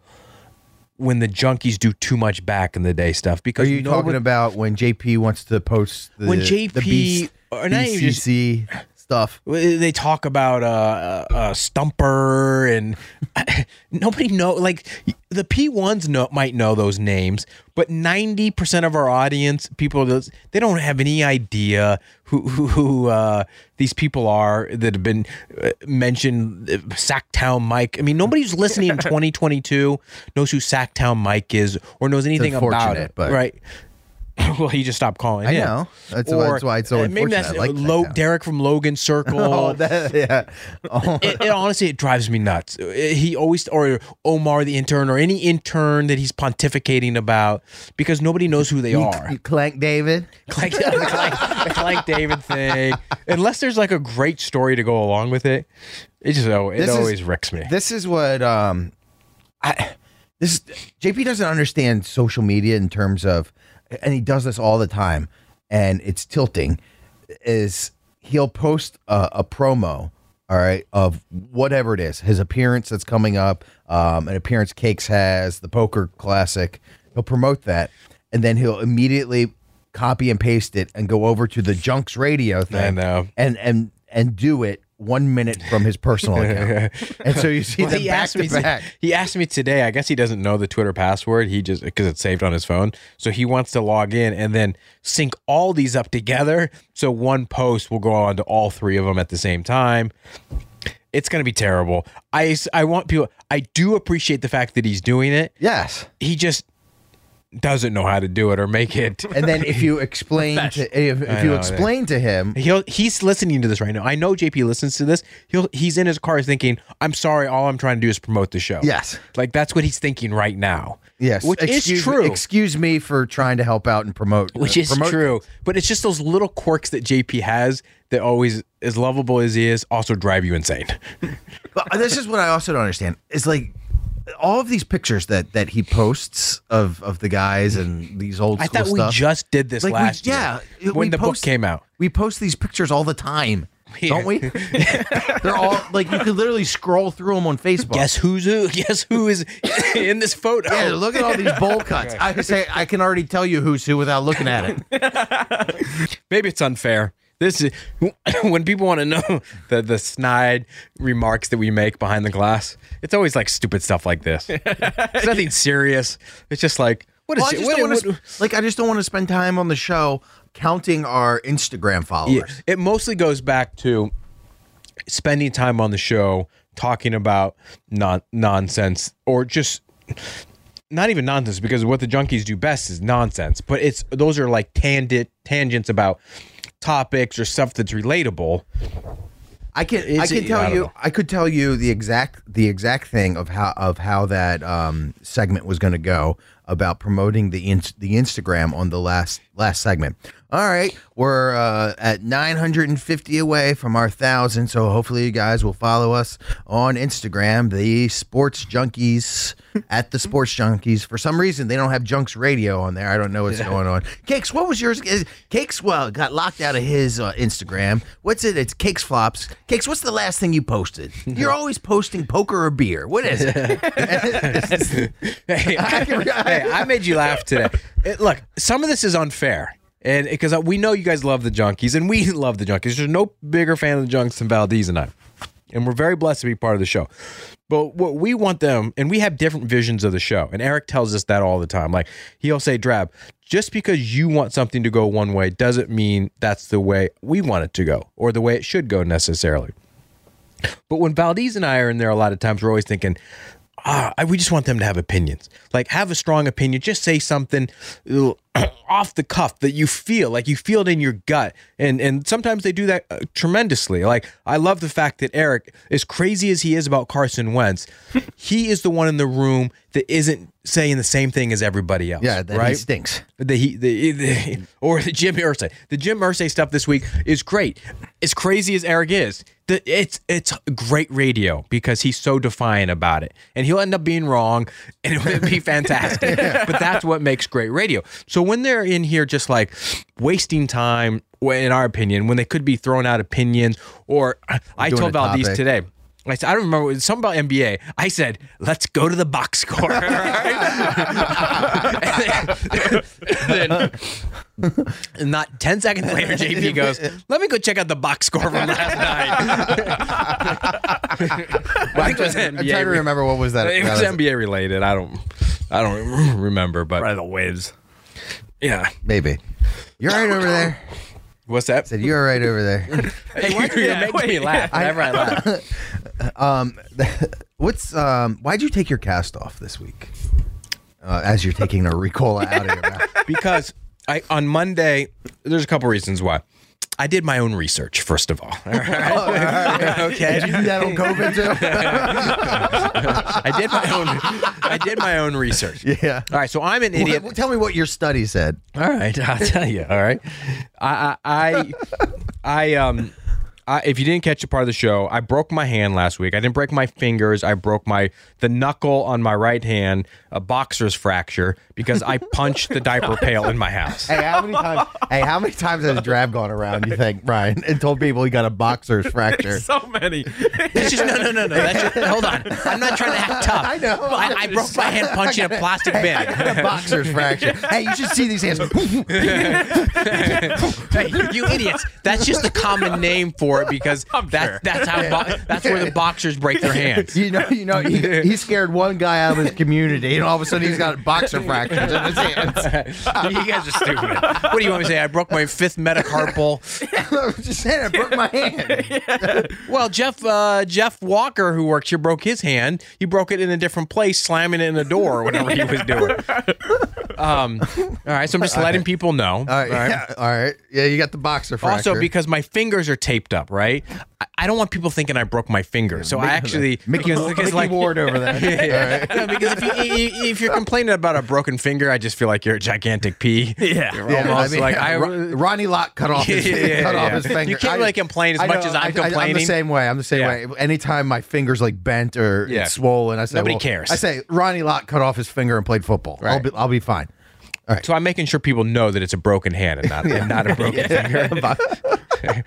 Speaker 3: when the junkies do too much back in the day stuff
Speaker 4: Are
Speaker 3: because
Speaker 4: you
Speaker 3: nobody-
Speaker 4: talking about when JP wants to post the
Speaker 3: When
Speaker 4: the
Speaker 3: JP
Speaker 4: B-
Speaker 3: or not even just-
Speaker 4: BCC stuff?
Speaker 3: they talk about uh, uh stumper and nobody know like the p1s know might know those names but 90% of our audience people those- they don't have any idea who who, who uh, these people are that have been uh, mentioned uh, sacktown mike i mean nobody who's listening in 2022 knows who sacktown mike is or knows anything about
Speaker 4: unfortunate,
Speaker 3: it
Speaker 4: but-
Speaker 3: right well, he just stopped calling.
Speaker 4: I
Speaker 3: him.
Speaker 4: know. That's why- that's why it's so
Speaker 3: uh, Maybe
Speaker 4: unfortunate.
Speaker 3: that's
Speaker 4: I like that
Speaker 3: Lo-
Speaker 4: now.
Speaker 3: Derek from Logan Circle.
Speaker 4: Oh, that, yeah. Oh,
Speaker 3: it, it honestly it drives me nuts. It- he always or Omar the intern or any intern that he's pontificating about because nobody knows who they are.
Speaker 4: you clank, David.
Speaker 3: Like the Clank, the Clank David thing. Unless there's like a great story to go along with it, it just oh, it
Speaker 4: This is-
Speaker 3: always wrecks me.
Speaker 4: This is what um, I this JP doesn't understand social media in terms of, and he does this all the time, and it's tilting. Is he'll post a, a promo, all right, of whatever it is, his appearance that's coming up, um, an appearance Cakes has, the Poker Classic. He'll promote that, and then he'll immediately copy and paste it and go over to the Junks Radio thing
Speaker 3: know.
Speaker 4: and and and do it one minute from his personal account. and so you see
Speaker 3: Well,
Speaker 4: them back
Speaker 3: asked me
Speaker 4: to back.
Speaker 3: he asked me today. I guess he doesn't know the Twitter password. He just because it's saved on his phone, so he wants to log in and then sync all these up together. So one post will go on to all three of them at the same time. It's gonna be terrible. I s- I want people. I do appreciate the fact that he's doing it.
Speaker 4: Yes.
Speaker 3: He just doesn't know how to do it or make it.
Speaker 4: And then if you explain to if, if you
Speaker 3: know,
Speaker 4: explain to him,
Speaker 3: He'll he's listening to this right now. I know JP listens to this. He'll he's in his car thinking, "I'm sorry, all I'm trying to do is promote the show."
Speaker 4: Yes.
Speaker 3: like that's what he's thinking right now.
Speaker 4: yes,
Speaker 3: which
Speaker 4: excuse,
Speaker 3: is true.
Speaker 4: Excuse me for trying to help out and promote, uh,
Speaker 3: which is
Speaker 4: promote-
Speaker 3: true, but it's just those little quirks that JP has that always, as lovable as he is, also drive you insane.
Speaker 4: But uh, this is what I also don't understand. It's like all of these pictures that that he posts of of the guys and these old.
Speaker 3: I
Speaker 4: school
Speaker 3: thought we
Speaker 4: stuff.
Speaker 3: just did this
Speaker 4: Like, we-
Speaker 3: last
Speaker 4: yeah,
Speaker 3: year
Speaker 4: it- we
Speaker 3: when the
Speaker 4: post-
Speaker 3: book came out.
Speaker 4: We post these pictures all the time, don't we? They're all like you could literally scroll through them on Facebook.
Speaker 3: Guess who's who? Guess who is in this photo?
Speaker 4: Yeah, look at all these bowl cuts. I can say I can already tell you who's who without looking at it.
Speaker 3: Maybe it's unfair. This is when people want to know the the snide remarks that we make behind the glass. It's always like stupid stuff like this. it's nothing serious. It's just like what is
Speaker 4: Well, I
Speaker 3: it?
Speaker 4: just
Speaker 3: What-
Speaker 4: don't want
Speaker 3: what-
Speaker 4: to like. I just don't want to spend time on the show counting our Instagram
Speaker 3: Yeah,
Speaker 4: followers.
Speaker 3: it mostly goes back to spending time on the show talking about non- nonsense or just not even nonsense because what the junkies do best is nonsense but it's those are like tangent tangents about topics or stuff that's relatable
Speaker 4: I can I
Speaker 3: It's-
Speaker 4: can
Speaker 3: I
Speaker 4: tell
Speaker 3: don't
Speaker 4: you
Speaker 3: know.
Speaker 4: I could tell you the exact the exact thing of how of how that um, segment was going to go about promoting the in, the Instagram on the last last segment. All right, we're uh, at 950 away from our thousand, so hopefully you guys will follow us on Instagram, the Sports Junkies at the Sports Junkies. For some reason, they don't have Junks Radio on there. I don't know what's going on. Cakes, what was yours? Is- Cakes, well, got locked out of his uh, Instagram. What's it? It's Cakes Flops. Cakes, what's the last thing you posted? You're always posting poker or beer. What is it?
Speaker 3: hey, hey, I made you laugh today. It- look, some of this is unfair. And because we know you guys love the junkies and we love the junkies. There's no bigger fan of the junks than Valdez and I. And we're very blessed to be part of the show. But what we want them, and we have different visions of the show. And Eric tells us that all the time. Like he'll say, Drab, just because you want something to go one way doesn't mean that's the way we want it to go or the way it should go necessarily. But when Valdez and I are in there, a lot of times we're always thinking, ah, I- we just want them to have opinions. Like, have a strong opinion. Just say something uh, off the cuff that you feel, like you feel it in your gut. And and sometimes they do that uh, tremendously. Like, I love the fact that Eric, as crazy as he is about Carson Wentz, he is the one in the room that isn't saying the same thing as everybody else.
Speaker 4: yeah, that he
Speaker 3: right?
Speaker 4: stinks.
Speaker 3: the, he- the, the or the Jim Irsay. The Jim Irsay stuff this week is great. As crazy as Eric is, the, it's it's great radio because he's so defiant about it, and he'll end up being wrong, and it would be fantastic. But that's what makes great radio. So when they're in here just like wasting time, wh- in our opinion, when they could be throwing out opinions, or I
Speaker 4: doing
Speaker 3: told
Speaker 4: a
Speaker 3: Valdez
Speaker 4: topic.
Speaker 3: today today. I, said, I don't remember. It was something about NBA. I said, let's go to the box score. and then, then- and not 10 seconds later, JP goes, let me go check out the box score from last night. I think it was
Speaker 4: I'm
Speaker 3: NBA.
Speaker 4: trying to remember what was that.
Speaker 3: It was
Speaker 4: that was-
Speaker 3: NBA related. I don't, I don't remember, but
Speaker 5: Probably the waves.
Speaker 3: yeah.
Speaker 4: Maybe. You're right over there.
Speaker 3: What's that?
Speaker 4: Said you're right over there.
Speaker 3: Hey, why do you
Speaker 5: Yeah,
Speaker 3: make me
Speaker 5: wait.
Speaker 3: laugh whenever I, laugh?
Speaker 4: What's um? Why'd you take your cast off this week? Uh, as you're taking a recoil out of your mouth.
Speaker 3: because I on Monday, there's a couple reasons why. I did my own research first of all. all right? okay.
Speaker 4: Did you do that on COVID too?
Speaker 3: I did my own. I did my own research.
Speaker 4: Yeah.
Speaker 3: All right. So I'm an idiot.
Speaker 4: Well, tell me what your study said.
Speaker 3: All right. I'll tell you. All right. I I I, I um. I, if you didn't catch a part of the show, I broke my hand last week. I didn't break my fingers. I broke my the knuckle on my right hand, a boxer's fracture, because I punched the diaper pail in my house.
Speaker 4: Hey, how many times? hey, how many times has Drab gone around? You think, Ryan, and told people he got a boxer's fracture?
Speaker 5: So many.
Speaker 7: That's just, no, no, no, no. That's just, hold on. I'm not trying to act tough. I
Speaker 4: know.
Speaker 7: I, I broke my hand punching a plastic bin.
Speaker 4: a boxer's fracture. Hey, you should see these hands.
Speaker 7: Hey, you idiots. That's just the common name for it because that,
Speaker 5: sure.
Speaker 7: that's how bo- that's where the boxers break their hands.
Speaker 4: you know, you know, he, he scared one guy out of his community, and all of a sudden he's got boxer fractures in his hands.
Speaker 7: You guys are stupid. What do you want me to say? I broke my fifth metacarpal.
Speaker 4: I'm just saying, I broke my hand.
Speaker 3: Well, Jeff uh, Jeff Walker, who works here, broke his hand. You broke it in a different place, slamming it in a door or whatever he was doing. Um, all right, so I'm just letting people know.
Speaker 4: All right, yeah, all right, yeah, you got the boxer fracture.
Speaker 3: Also, because my fingers are taped up, right? I, I don't want people thinking I broke my finger. So I actually
Speaker 4: Mickey,
Speaker 3: because, because
Speaker 4: Mickey
Speaker 3: like,
Speaker 4: Ward over there. All right.
Speaker 3: No, because if, you, i- i- if you're complaining about a broken finger, I just feel like you're a gigantic pea.
Speaker 5: Yeah.
Speaker 3: You're
Speaker 4: Yeah,
Speaker 3: almost
Speaker 4: I mean,
Speaker 3: like I.
Speaker 4: Ro- Ronnie Locke cut off his,
Speaker 3: Yeah, yeah,
Speaker 4: cut off
Speaker 3: yeah.
Speaker 4: his finger.
Speaker 3: You can't really complain as much as I'm
Speaker 4: I'm the
Speaker 3: complaining.
Speaker 4: same way. I'm the same
Speaker 3: Yeah.
Speaker 4: way. Anytime my fingers like bent or
Speaker 3: Yeah.
Speaker 4: it's swollen, I say
Speaker 3: Nobody
Speaker 4: well,
Speaker 3: cares.
Speaker 4: I say Ronnie Locke cut off his finger and played football. I'll
Speaker 3: Right.
Speaker 4: be I'll be fine.
Speaker 3: so I'm making sure people know that it's a broken hand and not, and not a broken finger.
Speaker 5: Tell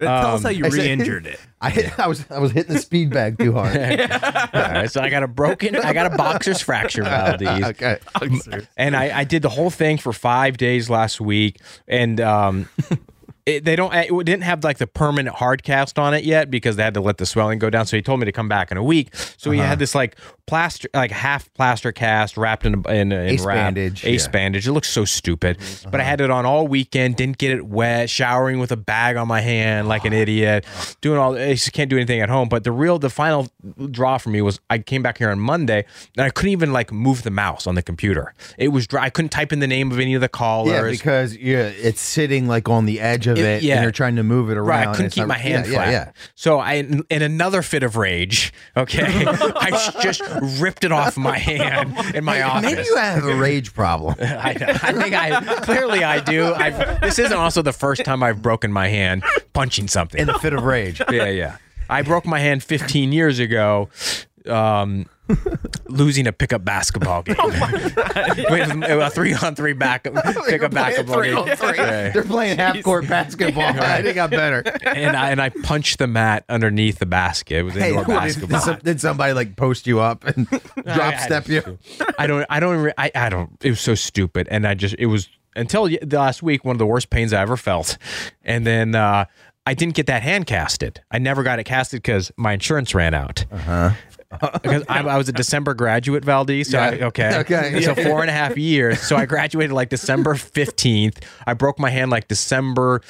Speaker 5: us how you
Speaker 4: Um, I say-
Speaker 5: re-injured it.
Speaker 4: I hit, I was I was hitting the speed bag too hard.
Speaker 3: All right, so I got a broken, I got a boxer's fracture, Valdez.
Speaker 4: okay.
Speaker 3: and I, I did the whole thing for five days last week, and um, it, they don't it didn't have like the permanent hard cast on it yet because they had to let the swelling go down. So he told me to come back in a week. So he had this like plaster, like half plaster cast wrapped in a, in, a, in
Speaker 4: Ace
Speaker 3: wrap.
Speaker 4: bandage,
Speaker 3: ace
Speaker 4: yeah.
Speaker 3: bandage. It looks so stupid,
Speaker 4: Mm-hmm.
Speaker 3: but I had it on all weekend. Didn't get it wet. Showering with a bag on my hand like an idiot. Doing all. I just can't do anything at home. But the real, the final draw for me was I came back here on Monday and I couldn't even like move the mouse on the computer. It was dry. I couldn't type in the name of any of the callers.
Speaker 4: Yeah, because yeah, it's sitting like on the edge of it,
Speaker 3: It- yeah.
Speaker 4: and you're trying to move it around.
Speaker 3: Right, I couldn't
Speaker 4: It's
Speaker 3: keep
Speaker 4: not-
Speaker 3: my hand
Speaker 4: yeah,
Speaker 3: flat.
Speaker 4: Yeah,
Speaker 3: So I, in another fit of rage, okay, I s- just ripped it off my hand in my
Speaker 4: yeah.
Speaker 3: office.
Speaker 4: Maybe you have a rage problem.
Speaker 3: I, I think I clearly I do. I've, this isn't also the first time I've broken my hand punching something.
Speaker 4: in a fit of rage.
Speaker 3: yeah, yeah. I broke my hand 15 years ago. Um, losing a pickup basketball game,
Speaker 4: Oh
Speaker 3: With a three on three back pickup basketball
Speaker 4: Three
Speaker 3: game.
Speaker 4: on three.
Speaker 3: Yeah
Speaker 4: They're playing half court basketball. I think got better.
Speaker 3: and I and I punched the mat underneath the basket. It was
Speaker 4: Hey,
Speaker 3: indoor
Speaker 4: what, did,
Speaker 3: basketball.
Speaker 4: some- did somebody like post you up and drop
Speaker 3: I- I
Speaker 4: step you?
Speaker 3: I don't. I don't. re- I, I don't. It was so stupid, and I just. It was until y- the last week one of the worst pains I ever felt, and then uh, I didn't get that hand casted. I never got it casted because my insurance ran out. Uh-huh. Because I, I was a December graduate, Valdez. So I,
Speaker 4: Yeah.
Speaker 3: okay,
Speaker 4: Okay.
Speaker 3: So four and a half years. So I graduated like December fifteenth. I broke my hand like December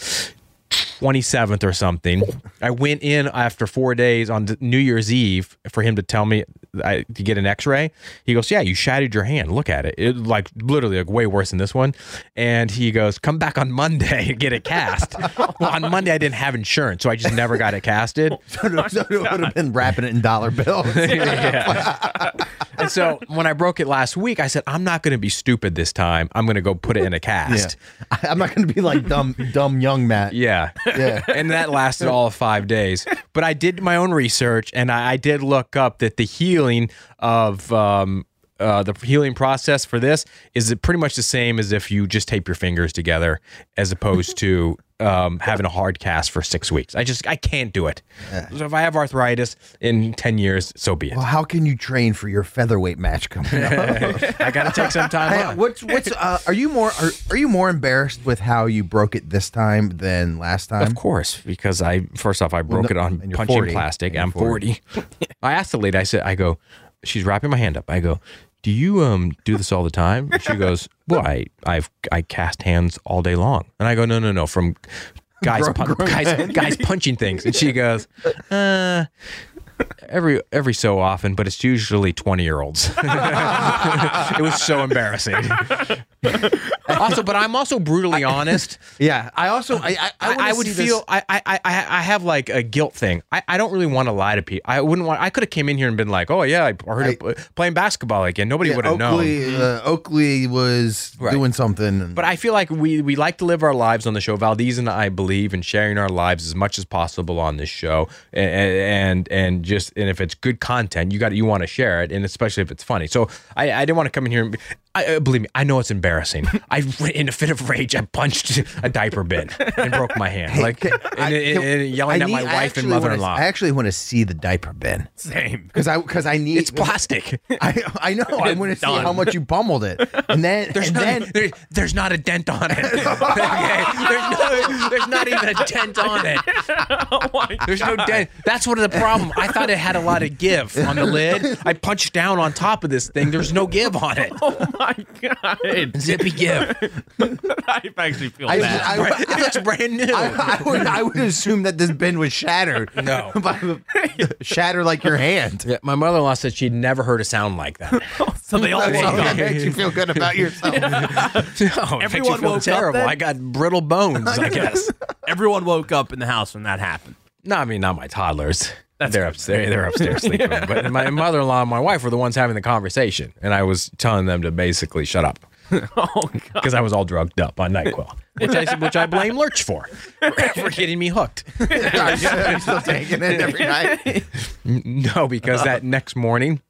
Speaker 3: 27th or something. I went in after four days on d- New Year's Eve for him to tell me I, to get an X-ray. He goes, "Yeah, you shattered your hand. Look at it. It like literally like way worse than this one." And he goes, "Come back on Monday and get it cast." well, on Monday I didn't have insurance, so I just never got it casted.
Speaker 4: so it would have been wrapping it in dollar bills.
Speaker 3: And so when I broke it last week, I said, "I'm not going to be stupid this time. I'm going to go put it in a
Speaker 4: Yeah.
Speaker 3: cast."
Speaker 4: I, I'm not going to be like dumb, dumb young Matt.
Speaker 3: Yeah.
Speaker 4: Yeah.
Speaker 3: and that lasted all of five days. But I did my own research and I, I did look up that the healing of um, uh, the healing process for this is pretty much the same as if you just tape your fingers together as opposed to um, having a hard cast for six weeks. I just, I can't do it. So if I have arthritis in 10 years, so be it.
Speaker 4: Well, how can you train for your featherweight match coming up?
Speaker 3: I got to take some time
Speaker 4: Hey,
Speaker 3: off.
Speaker 4: what's what's uh, are you more are, are you more embarrassed with how you broke it this time than last time?
Speaker 3: Of course, because I first off I broke
Speaker 4: no,
Speaker 3: it on
Speaker 4: and you're
Speaker 3: punching
Speaker 4: 40.
Speaker 3: plastic.
Speaker 4: And
Speaker 3: I'm
Speaker 4: you're 40.
Speaker 3: 40. I asked the lady. I said, I go. She's wrapping my hand up. I go. Do you um do this all the time? And She goes. Well, I I've I cast hands all day long. And I go. No, no, no. From guys, pun- guys, guys punching things. And she goes. Uh. Every every so often, but it's usually twenty year olds. it was so embarrassing. also, but I'm also brutally honest.
Speaker 4: Yeah, I also I I, I,
Speaker 3: I,
Speaker 4: wanna
Speaker 3: I would
Speaker 4: see this-
Speaker 3: feel I, I I I I have like a guilt thing. I, I don't really want to lie to people. I wouldn't want. I could have came in here and been like, oh yeah, I heard it pl- playing basketball again. Nobody
Speaker 4: yeah,
Speaker 3: would have known. Mm-hmm.
Speaker 4: Oakley, uh, Oakley was
Speaker 3: Right.
Speaker 4: doing something. and-
Speaker 3: But I feel like we we like to live our lives on the show. Valdez and I believe in sharing our lives as much as possible on this show, A- a- and and just and if it's good content, you got you want to share it, and especially if it's funny. So I, I didn't want to come in here. And be, I, uh, believe me, I know it's embarrassing. I in a fit of rage, I punched a diaper bin and broke my hand, like and, and- and yelling
Speaker 4: I
Speaker 3: at my
Speaker 4: need-
Speaker 3: wife
Speaker 4: I
Speaker 3: and
Speaker 4: actually wanna-
Speaker 3: mother-in-law.
Speaker 4: I actually want to see the diaper bin
Speaker 5: Same.
Speaker 4: because I because I need
Speaker 3: it's plastic.
Speaker 4: I, I know. I want to see
Speaker 5: Done.
Speaker 4: how much you pummeled it, and then
Speaker 3: There's
Speaker 4: and
Speaker 3: not,
Speaker 4: then
Speaker 3: there- there's not a dent on it. Okay? There's, no, there's not even a dent on it.
Speaker 5: Oh
Speaker 3: There's no dent. That's one of the problem. I thought it had a lot of give on the lid. I punched down on top of this thing. There's no give on it.
Speaker 5: Oh my god!
Speaker 3: Zippy give.
Speaker 5: I actually feel
Speaker 4: I,
Speaker 5: bad.
Speaker 4: I, I,
Speaker 3: It looks brand new.
Speaker 4: I would I would assume that this bin was shattered.
Speaker 3: No.
Speaker 4: By the- shatter like your hand.
Speaker 3: Yeah, my mother-in-law said she'd never heard a sound like that.
Speaker 5: so they all woke
Speaker 4: That
Speaker 5: up.
Speaker 4: makes you feel good about yourself.
Speaker 3: No,
Speaker 5: Oh, Everyone woke up
Speaker 3: terrible.
Speaker 5: then?
Speaker 3: I got brittle bones. I guess.
Speaker 5: Everyone woke up in the house when that happened.
Speaker 3: No, I mean not my toddlers. they're upstairs. They're upstairs sleeping. But my mother-in-law and my wife were the ones having the conversation, and I was telling them to basically shut up
Speaker 5: Oh god!
Speaker 3: because I was all drugged up on Nyquil, which I which I blame Lurch for for getting me hooked.
Speaker 4: You're still taking it every night.
Speaker 3: No, because that next morning,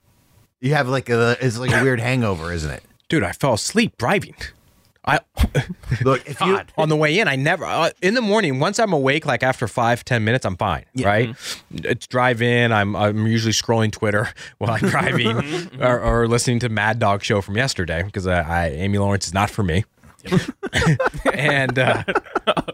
Speaker 4: You have like a it's like a weird hangover, isn't it?
Speaker 3: dude, I fell asleep driving. I
Speaker 4: Look, if you
Speaker 3: on the way in, I never uh, in the morning. Once I'm awake, like after five, ten minutes, I'm fine. Right?
Speaker 4: Mm-hmm.
Speaker 3: It's drive in. I'm I'm usually scrolling Twitter while I'm
Speaker 4: Mm-hmm.
Speaker 3: driving or, or listening to Mad Dog Show from yesterday because I, I Amy Lawrence is not for me. and uh,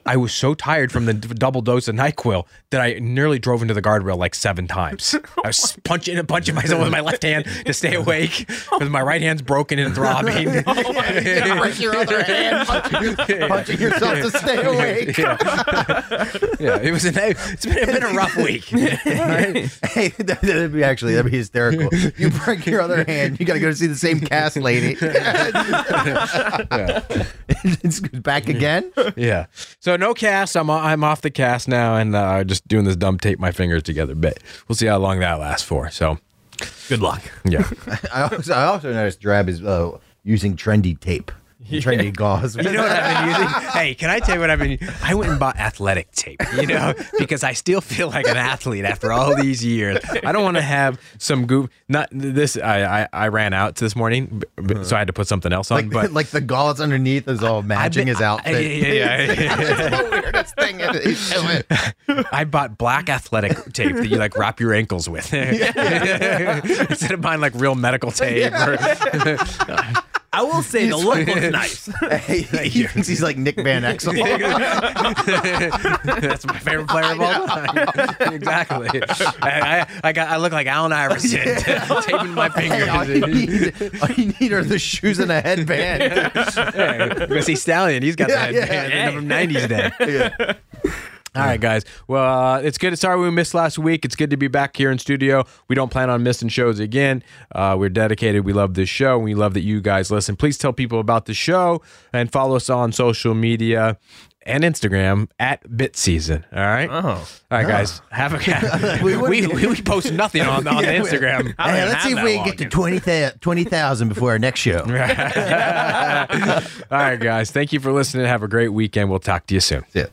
Speaker 3: I was so tired from the d- double dose of Nyquil that I nearly drove into the guardrail like seven times. I was punching and punching myself with my left hand to stay awake because my right hand's broken and throbbing.
Speaker 4: Oh break your other hand, punching, punching yourself to stay awake.
Speaker 3: Yeah, it was an, it's been, it's been a rough week.
Speaker 4: Hey, that, that'd be actually that'd be hysterical. You break your other hand, you got to go see the same cast lady. it's back again.
Speaker 3: yeah. So no cast. I'm I'm off the cast now, and uh, just doing this dumb tape my fingers together bit. We'll see how long that lasts for. So
Speaker 5: Good luck.
Speaker 3: yeah,
Speaker 4: I also, I also noticed Drab is uh, using trendy tape, trendy gauze.
Speaker 3: you know what I've been using. Hey, can I tell you what I've been? I went and bought athletic tape. You know, because I still feel like an athlete after all these years. I don't want to have some goof. Not this. I I, I ran out this morning, b- b- so I had to put something else on.
Speaker 4: like,
Speaker 3: but
Speaker 4: like the gauze underneath is all
Speaker 3: I've
Speaker 4: matching
Speaker 3: been-
Speaker 4: his outfit.
Speaker 3: Yeah, yeah, yeah, yeah.
Speaker 4: That's the weirdest thing he's doing.
Speaker 3: I bought black athletic tape that you like wrap your ankles with instead of buying like real medical tape. Or,
Speaker 5: I will say the look looks nice.
Speaker 4: Hey, he thinks he's like Nick Van Exel.
Speaker 3: that's my favorite player of all time. exactly. I, I, I got. I look like Allen Iverson taping my
Speaker 4: Hey, all you,
Speaker 3: fingers.
Speaker 4: need, all you need are the shoes and a headband.
Speaker 3: Yeah, Go see Stallion. He's got
Speaker 4: Yeah,
Speaker 3: that
Speaker 4: yeah.
Speaker 3: headband from '90s day.
Speaker 4: Yeah.
Speaker 3: All right, guys. Well, uh, it's good. Sorry we missed last week. It's good to be back here in studio. We don't plan on missing shows again. Uh, we're dedicated. We love this show. We love that you guys listen. Please tell people about the show and follow us on social media and Instagram at Bit Season. All right. Oh. All
Speaker 4: Ah.
Speaker 3: right, guys. Have a we, we, we, post nothing on, on
Speaker 4: Yeah, we-
Speaker 3: Instagram.
Speaker 5: I don't
Speaker 4: Hey,
Speaker 5: even
Speaker 4: let's
Speaker 5: have
Speaker 4: see if
Speaker 5: that
Speaker 4: we can get to
Speaker 5: login.
Speaker 4: 20,000 20,000 before our next show.
Speaker 3: All right, guys. Thank you for listening. Have a great weekend. We'll talk to you soon.
Speaker 4: That's it.